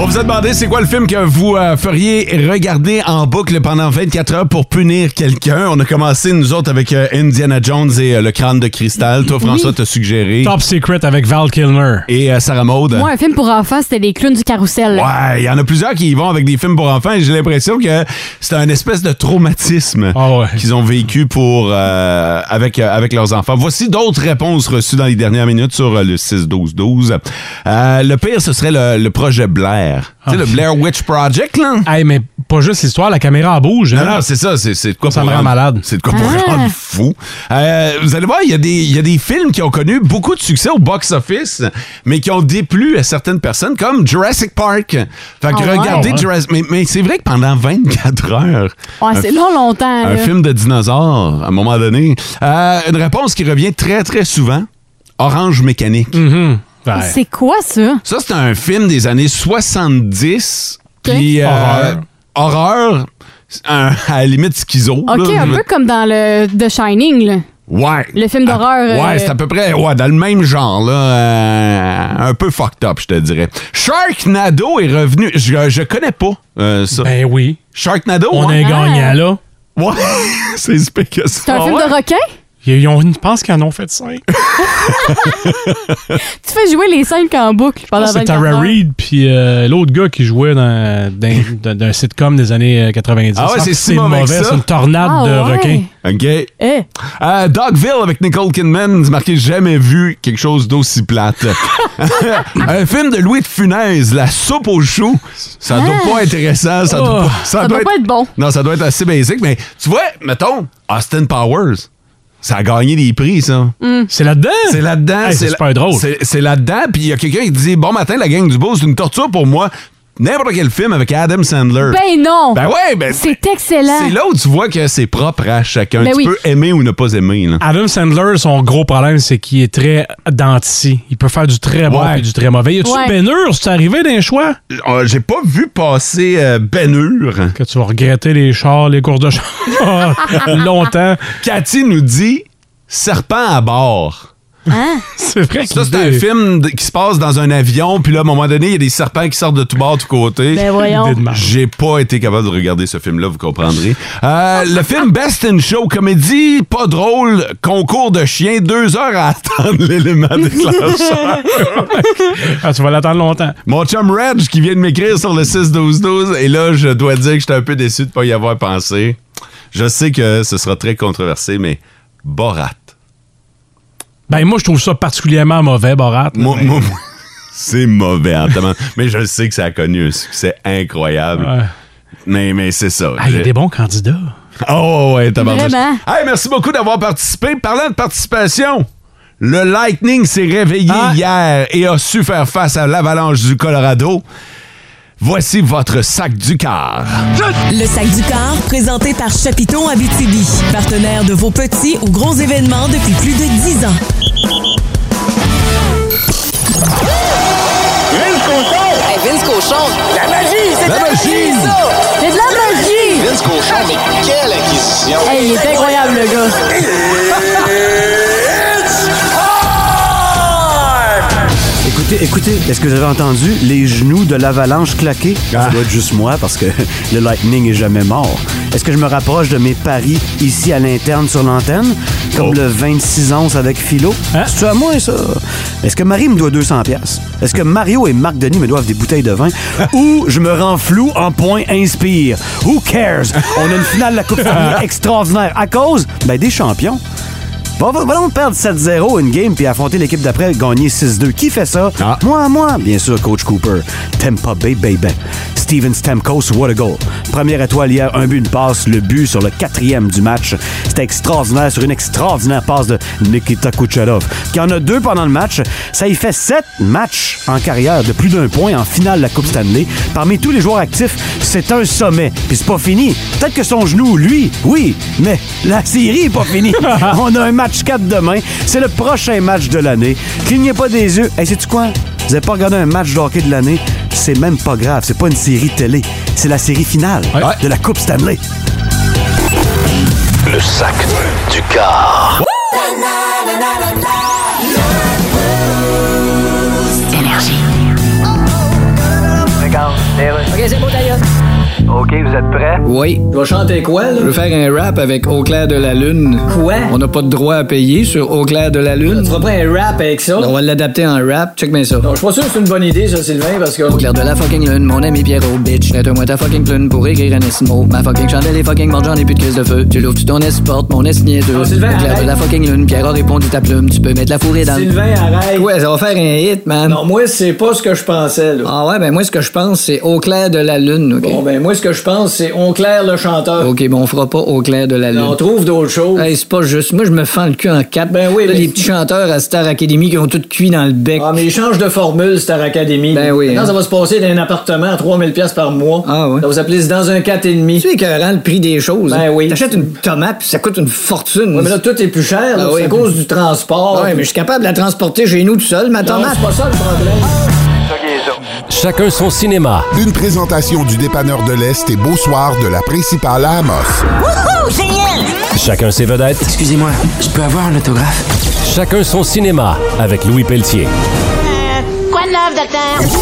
On vous a demandé c'est quoi le film que vous euh, feriez regarder en boucle pendant 24 heures pour punir quelqu'un. On a commencé, nous autres, avec euh, Indiana Jones et euh, le crâne de cristal. Toi, François, t'as suggéré. Top Secret avec Val Kilmer. Et euh, Sarah Maud. Moi, un film pour enfants, c'était Les clowns du carrousel. Ouais, il y en a plusieurs qui y vont avec des films pour enfants et j'ai l'impression que c'est un espèce de traumatisme qu'ils ont vécu pour euh, avec, euh, avec leurs enfants. Voici d'autres réponses reçues dans les dernières minutes sur euh, le 6-12-12. Euh, le pire, ce serait le, le projet Blair. Tu sais, le Blair Witch Project, là? Hey, mais pas juste l'histoire, la caméra elle bouge. Non, hein? non, c'est ça, c'est c'est de quoi Ça pour me rend malade. C'est de quoi pour Ah. rendre fou. Euh, vous allez voir, il y, a des- il y a des films qui ont connu beaucoup de succès au box-office, mais qui ont déplu à certaines personnes, comme Jurassic Park. Fait que Ah ouais? regardez Ah ouais. Jurassic... Mais, mais c'est vrai que pendant 24 heures... Ouais, un c'est fi- long, hein. longtemps. Un là. film de dinosaures, à un moment donné. Euh, une réponse qui revient très, très souvent. Orange Mécanique. Mm-hmm. Ouais. C'est quoi ça? Ça, c'est un film des années 70. Ok. Puis, euh, Horreur. horreur, un- à la limite schizo. Ok, là. un peu comme dans le The Shining, là. Ouais. le film d'horreur. Ouais, euh, c'est à peu près ouais, dans le même genre, là. euh, un peu fucked up, je te dirais. Sharknado est revenu. Je, je connais pas euh, ça. Ben oui. Sharknado, On ouais. est gagnant, là. Ah Ouais, c'est spé que ça. C'est un film de requin? Ils ont, je pense qu'ils en ont fait cinq. Tu fais jouer les cinq en boucle pendant Ah, C'est 24 Tara heures. Reid puis euh, l'autre gars qui jouait dans, dans, dans- d'un sitcom des années 90. Ah ouais, c'est si mauvais que ça? c'est une tornade Ah de ouais. Eh. requins. OK. Euh, Dogville avec Nicole Kidman, c'est marqué jamais vu quelque chose d'aussi plate. un film de Louis de Funès, La soupe aux choux. Ça doit Ah. pas être intéressant, ça doit, Oh. pas, Ça doit pas être bon. Non, ça doit être assez basique, mais tu vois, mettons, Austin Powers, ça a gagné des prix, Mm. ça. Hein, Hmm. C'est là-dedans? C'est là-dedans. Hey, c'est la- super drôle. C'est, c'est là-dedans, puis il y a quelqu'un qui dit Bon matin, la gang du beau, c'est une torture pour moi. N'importe quel film avec Adam Sandler. Ben non! Ben ouais, ben. C'est excellent. C'est là où tu vois que c'est propre à chacun. Ben tu oui. peux aimer ou ne pas aimer. là. Adam Sandler, son gros problème, c'est qu'il est très denti. Il peut faire du très bon Ouais. et du très mauvais. Y a-tu Ouais. Ben Hur? C'est arrivé d'un choix? Euh, j'ai pas vu passer euh, Ben Hur. Que tu vas regretter les chars, les courses de chars longtemps. Cathy nous dit Serpent à bord. Hein? C'est vrai Ça, qu'il c'est un dé- film de- qui se passe dans un avion, puis là, à un moment donné, il y a des serpents qui sortent de tous bords, de tous côtés. Ben voyons. Idée de marde. J'ai pas été capable de regarder ce film-là, vous comprendrez. Euh, le film Best in Show, comédie, pas drôle, concours de chiens, deux heures à attendre l'élément déclencheur. Ah, tu vas l'attendre longtemps. Mon chum Reg qui vient de m'écrire sur le 6-12-12, et là, je dois dire que j'étais un peu déçu de ne pas y avoir pensé. Je sais que ce sera très controversé, mais Borat. Ben moi, je trouve ça particulièrement mauvais, Borat. là, Moi, mais- moi, moi, c'est mauvais en tabarnak. Mais je sais que ça a connu un succès incroyable. Ouais. Mais, mais c'est ça. Ah, il y a Je- des bons candidats. Oh, ouais, tabarnak. Vraiment. Hey, merci beaucoup d'avoir participé. Parlant de participation, le Lightning s'est réveillé hier et a su faire face à l'avalanche du Colorado. Voici votre sac du quart. Le sac du corps, présenté par Chapiton Abitibi, partenaire de vos petits ou gros événements depuis plus de 10 ans. Vince Cochon! Vince Cochon! La magie! C'est La de magie. ça! C'est de la magie! Vince Cochon, Ah, mais quelle acquisition! Hey, il est incroyable, le gars. It's hard! Écoutez Écoutez, écoutez, est-ce que vous avez entendu les genoux de l'avalanche claquer? Ça doit être juste moi parce que le Lightning est jamais mort. Est-ce que je me rapproche de mes paris ici à l'interne sur l'antenne? Comme le 26 onces avec Philo? C'est à moi, ça? Est-ce que Marie me doit 200 pièces? Est-ce que Mario et Marc Denis me doivent des bouteilles de vin? Ou je me rends flou en point inspire? Who cares? On a une finale de la Coupe Stanley extraordinaire à cause ben, des champions. Va, va, va donc perdre 7-0 une game puis affronter l'équipe d'après, gagner 6-2. Qui fait ça? Moi, moi! Bien sûr, Coach Cooper. Tampa Bay, baby. Steven Stamkos, what a goal. Première étoile hier, un but, une passe, le but sur le quatrième du match. C'était extraordinaire sur une extraordinaire passe de Nikita Kucherov, qui en a deux pendant le match. Ça y fait sept matchs en carrière de plus d'un point en finale de la Coupe Stanley. Parmi tous les joueurs actifs, c'est un sommet. Puis c'est pas fini. Peut-être que son genou, lui, oui, mais la série est pas finie. On a un match 4 demain. C'est le prochain match de l'année. Clignez pas des yeux. Hey, sais-tu quoi? Vous n'avez pas regardé un match de hockey de l'année? C'est même pas grave. C'est pas une série télé. C'est la série finale de la Coupe Stanley. Le sac du car. Ok, c'est bon, d'ailleurs. OK, vous êtes prêts? Oui. Tu vas chanter quoi, là? Je veux faire un rap avec Au clair de la lune. Quoi? On n'a pas de droit à payer sur Au clair de la lune. Tu feras pas un rap avec ça? on va l'adapter en rap. Check bien ça. Non, je suis pas sûr que c'est une bonne idée, ça, Sylvain, parce que... Au clair de la fucking lune, mon ami Pierrot, bitch. Jette-moi ta fucking plume pour écrire un esmo. Ma fucking chandelle est fucking morte, j'en ai plus de crise de feu. Tu l'ouvres, tu ton porte, mon es niaiseux. Non, Sylvain, Au clair arrête. de la fucking lune, Pierrot répond ta plume. Tu peux mettre la fourrée dans le- Sylvain, arrête. Ouais, ça va faire un hit, man. Non, moi, c'est pas ce que je pensais, là. Ah ouais, ben moi, ce que je pense, c'est Au clair de la lune, OK? Bon, ben moi, ce que je pense, c'est On claire le chanteur. OK, bon, on fera pas Au clair de la lune. on trouve d'autres choses. c'est pas juste. Moi, je me fends le cul en quatre. Ben oui, Les petits chanteurs à Star Academy qui ont tout cuit dans le bec. Ah, mais ils changent de formule, Star Academy. Ben oui. Maintenant, ça va se passer dans un appartement à 3000 pièces par mois. Ah ouais. Ça vous appelez dans un 4,5. Tu sais écœurant le prix des choses. Ben oui. T'achètes une tomate, puis ça coûte une fortune. Ouais, mais là, tout est plus cher, là. Ah C'est oui. à cause du Oh, transport. Ouais, mais je suis capable de la transporter chez nous tout seul, ma Non, tomate. c'est pas ça le problème. Chacun son cinéma. Une présentation du dépanneur de l'Est et beau soir de la principale à Amos. Wouhou, génial! Chacun ses vedettes. Excusez-moi, je peux avoir un autographe? Chacun son cinéma avec Louis Pelletier. Quoi de neuf, docteur?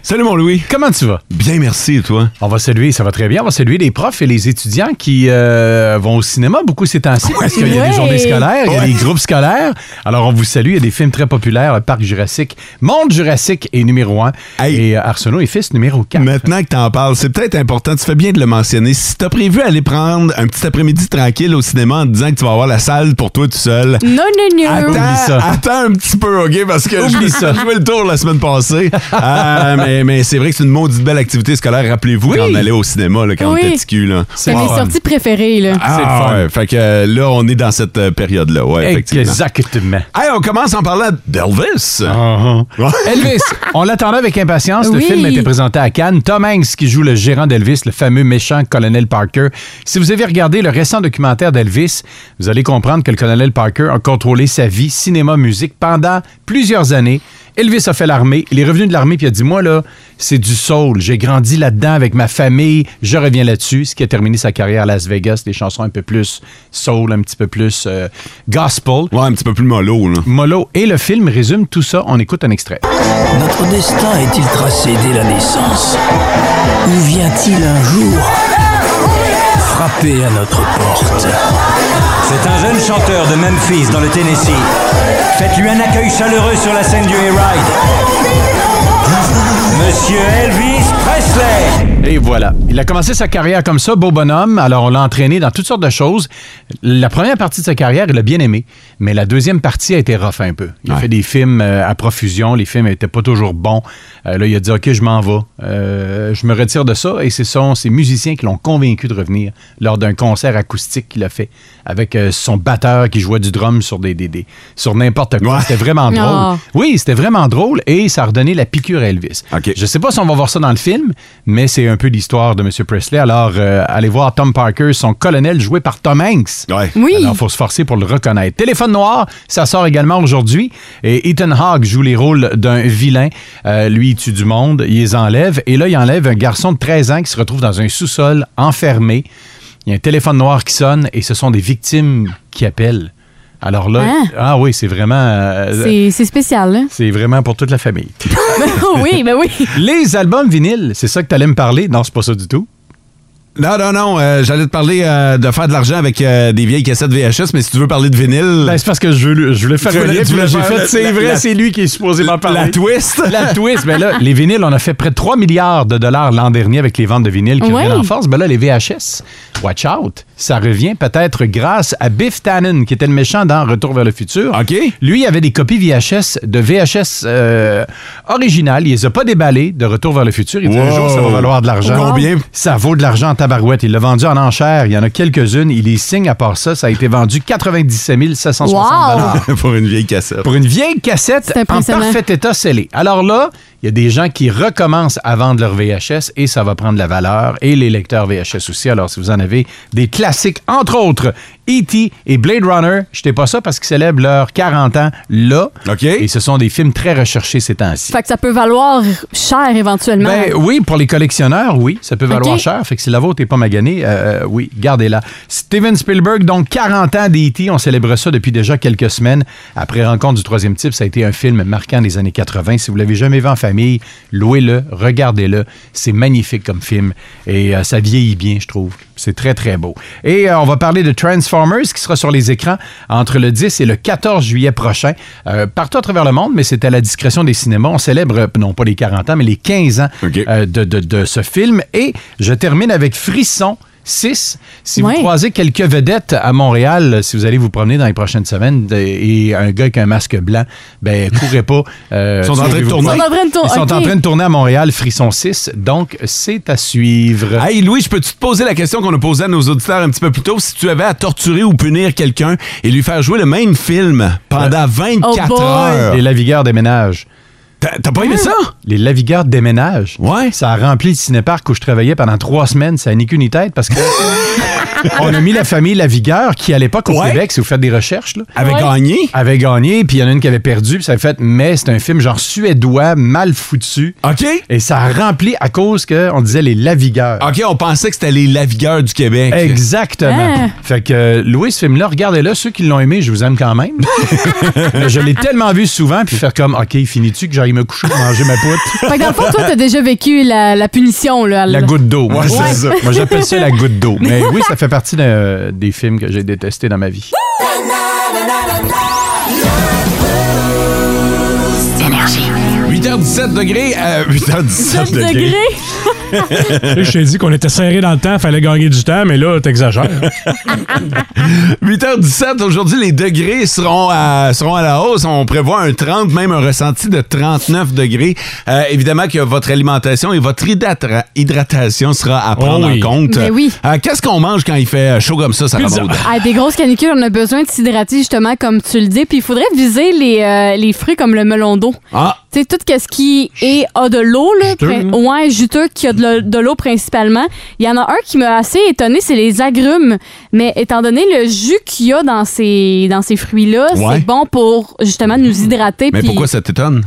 Salut mon Louis. Comment tu vas? Bien, merci et toi? On va saluer, ça va très bien. On va saluer les profs et les étudiants qui euh, vont au cinéma beaucoup ces temps-ci parce qu'il y a Ouais. des journées scolaires, il y a Ouais. des groupes scolaires. Alors on vous salue. Il y a des films très populaires, le Parc Jurassique, Monde Jurassique est numéro un et euh, Arsenault et fils numéro 4. Maintenant que t'en parles, c'est peut-être important, tu fais bien de le mentionner. Si t'as prévu aller prendre un petit après-midi tranquille au cinéma en te disant que tu vas avoir la salle pour toi tout seul. Non, non, non. Attends, attends un petit peu, OK? Parce que Oublie je- ça. je fais le tour la semaine passée. Ah, mais mais c'est vrai que c'est une maudite belle activité scolaire. Rappelez-vous quand on allait au cinéma, là, quand Oui. on était petit cul, là. C'est mes Ah, sorties préférées, là. Ah, ouais. Fait que euh, là, on est dans cette euh, période-là. Ouais, effectivement. Exactement. Uh-huh. Hey, on commence en parlant d'Elvis. Elvis, on l'attendait avec impatience. Le Oui. film était présenté à Cannes. Tom Hanks, qui joue le gérant d'Elvis, le fameux méchant colonel Parker. Si vous avez regardé le récent documentaire d'Elvis, vous allez comprendre que le colonel Parker a contrôlé sa vie cinéma-musique pendant plusieurs années. Elvis a fait l'armée, il est revenu de l'armée puis il a dit moi là, c'est du soul, j'ai grandi là-dedans avec ma famille, je reviens là-dessus, ce qui a terminé sa carrière à Las Vegas, des chansons un peu plus soul, un petit peu plus euh, gospel. Ouais, un petit peu plus mollo là. Mollo et le film résume tout ça, on écoute un extrait. Notre destin est-il tracé dès la naissance Ou vient-il un jour frapper à notre porte C'est un jeune chanteur de Memphis, dans le Tennessee. Faites-lui un accueil chaleureux sur la scène du Hayride. Monsieur Elvis Presley. Et voilà. Il a commencé sa carrière comme ça, beau bonhomme. Alors, on l'a entraîné dans toutes sortes de choses. La première partie de sa carrière, il l'a bien aimé. Mais la deuxième partie a été rough un peu. Il a fait des films euh, à profusion. Les films n'étaient pas toujours bons. Euh, là, il a dit OK, je m'en vais. Euh, je me retire de ça. Et ce sont ces musiciens qui l'ont convaincu de revenir lors d'un concert acoustique qu'il a fait avec euh, son batteur qui jouait du drum sur des, des- des- sur n'importe quoi. C'était vraiment drôle. Ah. Oui, c'était vraiment drôle et ça a redonné la piqûre à Elvis. Je sais pas si on va voir ça dans le film, mais c'est un peu l'histoire de M. Presley. Alors, euh, allez voir Tom Parker, son colonel joué par Tom Hanks. Oui. Alors, faut se forcer pour le reconnaître. Téléphone noir, ça sort également aujourd'hui. Et Ethan Hawke joue les rôles d'un vilain. Euh, lui, il tue du monde, il les enlève. Et là, il enlève un garçon de 13 ans qui se retrouve dans un sous-sol, enfermé. Il y a un téléphone noir qui sonne et ce sont des victimes qui appellent. Alors là, Hein? ah oui, c'est vraiment. euh, C'est c'est spécial, là. c'est vraiment pour toute la famille. oui, ben oui. Les albums vinyles, c'est ça que tu allais me parler? Non, c'est pas ça du tout. Non, non, non. euh, J'allais te parler euh, de faire de l'argent avec euh, des vieilles cassettes VHS, mais si tu veux parler de vinyle. Ben, c'est parce que je, voulais faire un lien, puis là, j'ai fait, c'est vrai, c'est lui qui est supposé m'en parler. La twist. Ah, La twist. Mais là, les vinyles, on a fait près de 3 milliards de dollars l'an dernier avec les ventes de vinyles qui Ouais. reviennent en force. Mais là, les VHS, watch out. Ça revient peut-être grâce à Biff Tannen, qui était le méchant dans Retour vers le futur. OK. Lui, il avait des copies VHS de VHS euh, originales. Il les a pas déballées de Retour vers le futur. Il dit un Wow. jour, ça va valoir de l'argent. Combien? Ça vaut de l'argent en tabarouette. Il l'a vendu en enchère. Il y en a quelques-unes. Il les signe à part ça. Ça a été vendu 97 760 dollars. Pour une vieille cassette. Pour une vieille cassette C'est en impressionnant. parfait état scellé. Alors là, il y a des gens qui recommencent à vendre leur VHS et ça va prendre de la valeur et les lecteurs VHS aussi. Alors si vous en avez des classiques, entre autres E.T. et Blade Runner, je t'ai pas ça parce qu'ils célèbrent leurs 40 ans là. Et ce sont des films très recherchés ces temps-ci. Fait que ça peut valoir cher éventuellement. Ben, oui, pour les collectionneurs, oui, ça peut valoir Ok. cher. Fait que si la vôtre n'est pas maganée, euh, oui, gardez-la. Steven Spielberg, donc 40 ans d'E.T., on célèbre ça depuis déjà quelques semaines. Après Rencontre du troisième type, ça a été un film marquant des années 80. Si vous l'avez jamais vu en famille, louez-le, regardez-le. C'est magnifique comme film et euh, ça vieillit bien, je trouve. C'est très, très beau. Et euh, on va parler de Transformers qui sera sur les écrans entre le 10 et le 14 juillet prochain, euh, partout à travers le monde, mais c'est à la discrétion des cinémas. On célèbre, euh, non pas les 40 ans, mais les 15 ans euh, de, de- de ce film. Et je termine avec Frisson. 6. Si vous croisez quelques vedettes à Montréal, euh, si vous allez vous promener dans les prochaines semaines de- et un gars avec un masque blanc, ben courez pas. euh, Ils sont en train de sauvez-vous tourner. pas. Ils sont en train de tourner, Ils sont en ok. train de tourner à Montréal, Frisson 6. Donc, c'est à suivre. Hey Louis, je peux-tu te poser la question qu'on a posée à nos auditeurs un petit peu plus tôt? Si tu avais à torturer ou punir quelqu'un et lui faire jouer le même film pendant 24 Oh heures. Les lavigueurs déménagent. T'as pas aimé ça? Les lavigueurs déménagent. Ouais. Ça a rempli le cinéparc où je travaillais pendant trois semaines. Ça a ni queue ni tête parce que. On a mis la famille Lavigueur qui, à l'époque, au Ouais. Québec, si vous faites des recherches, là, Avait Ouais. gagné. Avait gagné, puis il y en a une qui avait perdu, puis ça avait fait, mais c'est un film genre suédois, mal foutu. OK. Et ça a rempli à cause qu'on disait les Lavigueurs. OK, on pensait que c'était les lavigueurs du Québec. Exactement. Hein? Ah. Fait que euh, louez ce film-là, regardez-le. Ceux qui l'ont aimé, je vous aime quand même. Mais je l'ai tellement vu souvent, puis faire comme, OK, finis-tu que j'aille me coucher, manger ma poutre. Fait que dans le fond, toi, t'as déjà vécu la, la punition, là. La goutte d'eau. Ouais, c'est ça. Moi, j'appelle ça la goutte d'eau. Mais oui, ça fait partie d'un- des films que j'ai détestés dans ma vie. Énergie. 8h17 degrés euh, à 8h17 degrés. Là, je t'ai dit qu'on était serré dans le temps, fallait gagner du temps, mais là, t'exagères. 8h17, aujourd'hui, les degrés seront à, seront à la hausse. On prévoit un 30, même un ressenti de 39 degrés. Euh, évidemment que votre alimentation et votre hydra- hydratation sera à prendre Oh oui. en compte. Mais oui. Ah, Euh, Qu'est-ce qu'on mange quand il fait euh, chaud comme ça, ça Pizza. À des grosses canicules, on a besoin de s'hydrater, justement, comme tu le dis. Puis il faudrait viser les, euh, les fruits comme le melon d'eau. Ah! Tu sais, tout ce qui est, a de l'eau, là, Juteux, hein? prin- là. ouais, juteux, qui a de l'eau- de l'eau principalement. Il y en a un qui m'a assez étonné, c'est les agrumes. Mais étant donné le jus qu'il y a dans ces, dans ces fruits-là, Ouais. c'est bon pour justement nous hydrater. Mais puis- pourquoi ça t'étonne?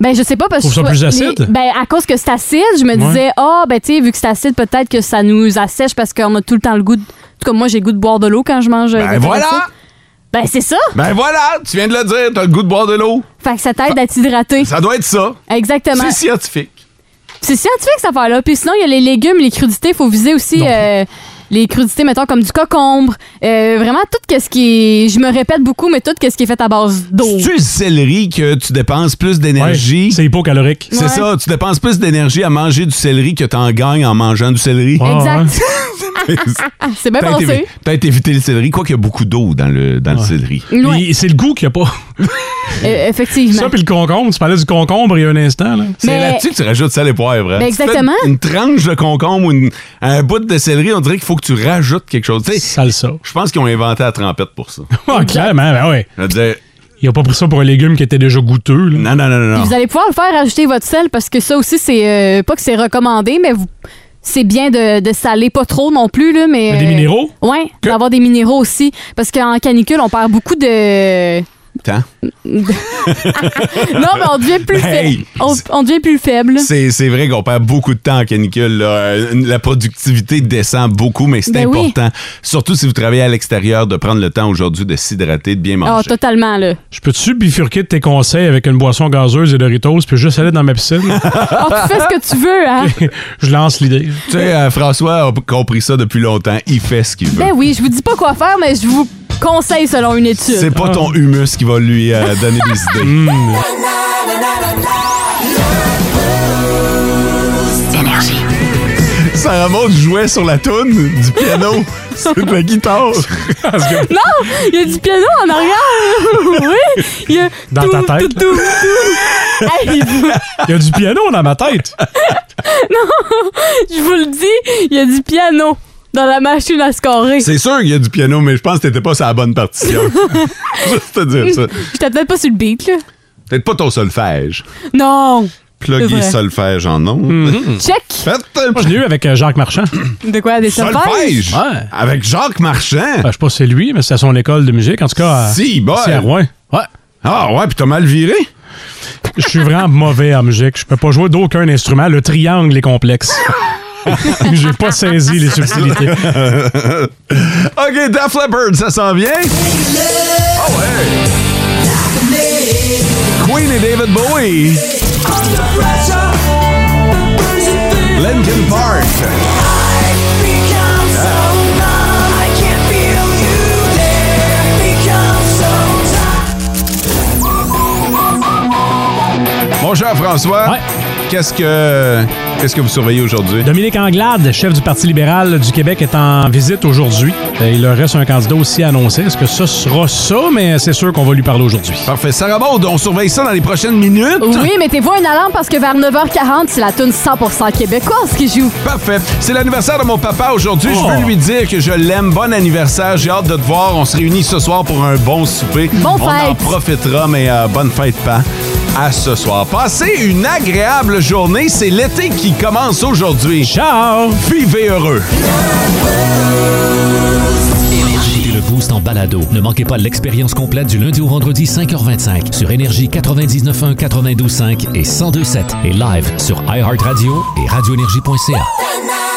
Ben, je sais pas parce que. Trouve ça je- plus les- acide? ben, à cause que c'est acide, je me Ouais. disais, ah, ben, tu sais, vu que c'est acide, peut-être que ça nous assèche parce qu'on a tout le temps le goût. De... En tout cas, moi, j'ai le goût de boire de l'eau quand je mange. euh, Ben des voilà! trucs acides. Ben, c'est ça! Ben voilà, tu viens de le dire, t'as le goût de boire de l'eau. Fait que ça t'aide à t'hydrater. Ça doit être ça. Exactement. C'est scientifique. C'est scientifique, cette affaire-là. Puis sinon, il y a les légumes, les crudités. Il faut viser aussi euh, les crudités, mettons, comme du cocombre. Euh, vraiment, tout ce qui est. Je me répète beaucoup, mais tout ce qui est fait à base d'eau. Tu le céleri que tu dépenses plus d'énergie. c'est hypocalorique. C'est Ouais. ça, tu dépenses plus d'énergie à manger du céleri que t'en gagnes en mangeant du céleri. Exact. c'est bien Peut-être pensé. évi- Peut-être éviter le céleri, quoi qu'il y a beaucoup d'eau dans le, dans le céleri. Ouais. Et C'est le goût qu'il n'y a pas. Euh, effectivement. Ça, puis le concombre, tu parlais du concombre il y a un instant. là. C'est Mais- là-dessus que tu rajoutes sel et poivre. hein. Ben, Tu fais exactement. Une, une tranche de concombre ou une- un bout de céleri, on dirait qu'il faut que tu rajoutes quelque chose. Salsa. Je pense qu'ils ont inventé la trempette pour ça. Ah, clairement, ben ouais. Je veux dire, Il a pas pris ça pour un légume qui était déjà goûteux. Non, non, non, Puis Vous allez pouvoir le faire ajouter votre sel parce que ça aussi, c'est euh, pas que c'est recommandé, mais vous- c'est bien de, de saler pas trop non plus. Là, mais, Mais des euh, minéraux? Ouais, d'avoir des minéraux aussi. Parce qu'en canicule, on perd beaucoup de. Tant. Non, mais on devient plus Ben, faible. On, on devient plus faible. C'est c'est vrai qu'on perd beaucoup de temps en canicule. là. Euh, La productivité descend beaucoup, mais c'est Ben oui. important. Surtout si vous travaillez à l'extérieur, de prendre le temps aujourd'hui de s'hydrater, de bien manger. Ah, totalement, là. Je peux-tu bifurquer de tes conseils avec une boisson gazeuse et Doritos puis juste aller dans ma piscine? Oh, tu fais ce que tu veux, hein? Je lance l'idée. Tu sais, euh, François a compris ça depuis longtemps. Il fait ce qu'il veut. Ben oui, je vous dis pas quoi faire, mais je vous conseille selon une étude. C'est pas ton humus qui va lui euh, donner des idées. Énergie. Ça remonte jouait sur la toune du piano. C'est de la guitare. Non, il y a du piano en arrière. oui, il y a Dans ta tout, tête? tout, tout, tout. Hey, vous- Il y a du piano dans ma tête. non, je vous le dis, il y a du piano dans la machine à scorer. C'est sûr qu'il y a du piano, mais je pense que t'étais pas sur la bonne partition. Juste te dire ça. J'étais peut-être pas sur le beat, là. Peut-être pas ton solfège. Non. C'est Plugger vrai. solfège en nom. Check. Moi, je l'ai eu avec euh, Jacques Marchand. De quoi? Des solfèges? Ouais. Avec Jacques Marchand? Ben, je sais pas si c'est lui, mais c'est à son école de musique. En tout cas, à- Si, bon. c'est à Rouen. Ouais. Ah ouais, puis t'as mal viré? Je suis vraiment mauvais en musique. Je peux pas jouer d'aucun instrument. Le triangle est complexe. J'ai pas saisi les subtilités. OK, Def Leppard, ça s'en vient. Oh ouais. Queen et David Bowie. Linkin Park. Mon cher François, qu'est-ce que qu'est-ce que vous surveillez aujourd'hui? Dominique Anglade, chef du Parti libéral du Québec, est en visite aujourd'hui. Euh, Il leur reste un candidat aussi annoncé. Est-ce que ça sera ça? Mais c'est sûr qu'on va lui parler aujourd'hui. Parfait. Sarah Maud, on surveille ça dans les prochaines minutes. Oui, mettez-vous un alarme parce que vers 9h40, c'est la tune 100% québécoise qui joue. Parfait. C'est l'anniversaire de mon papa aujourd'hui. Je veux lui dire que je l'aime. Bon anniversaire. J'ai hâte de te voir. On se réunit ce soir pour un bon souper. Bonne On en fête. profitera, mais euh, bonne fête, pas à ce soir. Passez une agréable journée. C'est l'été qui commence aujourd'hui. Ciao! Vivez heureux. Le boost en balado. Ne manquez pas l'expérience complète du lundi au vendredi 5h25 sur Énergie 99.1, 92.5 et 102.7 et live sur iHeartRadio et radioénergie.ca.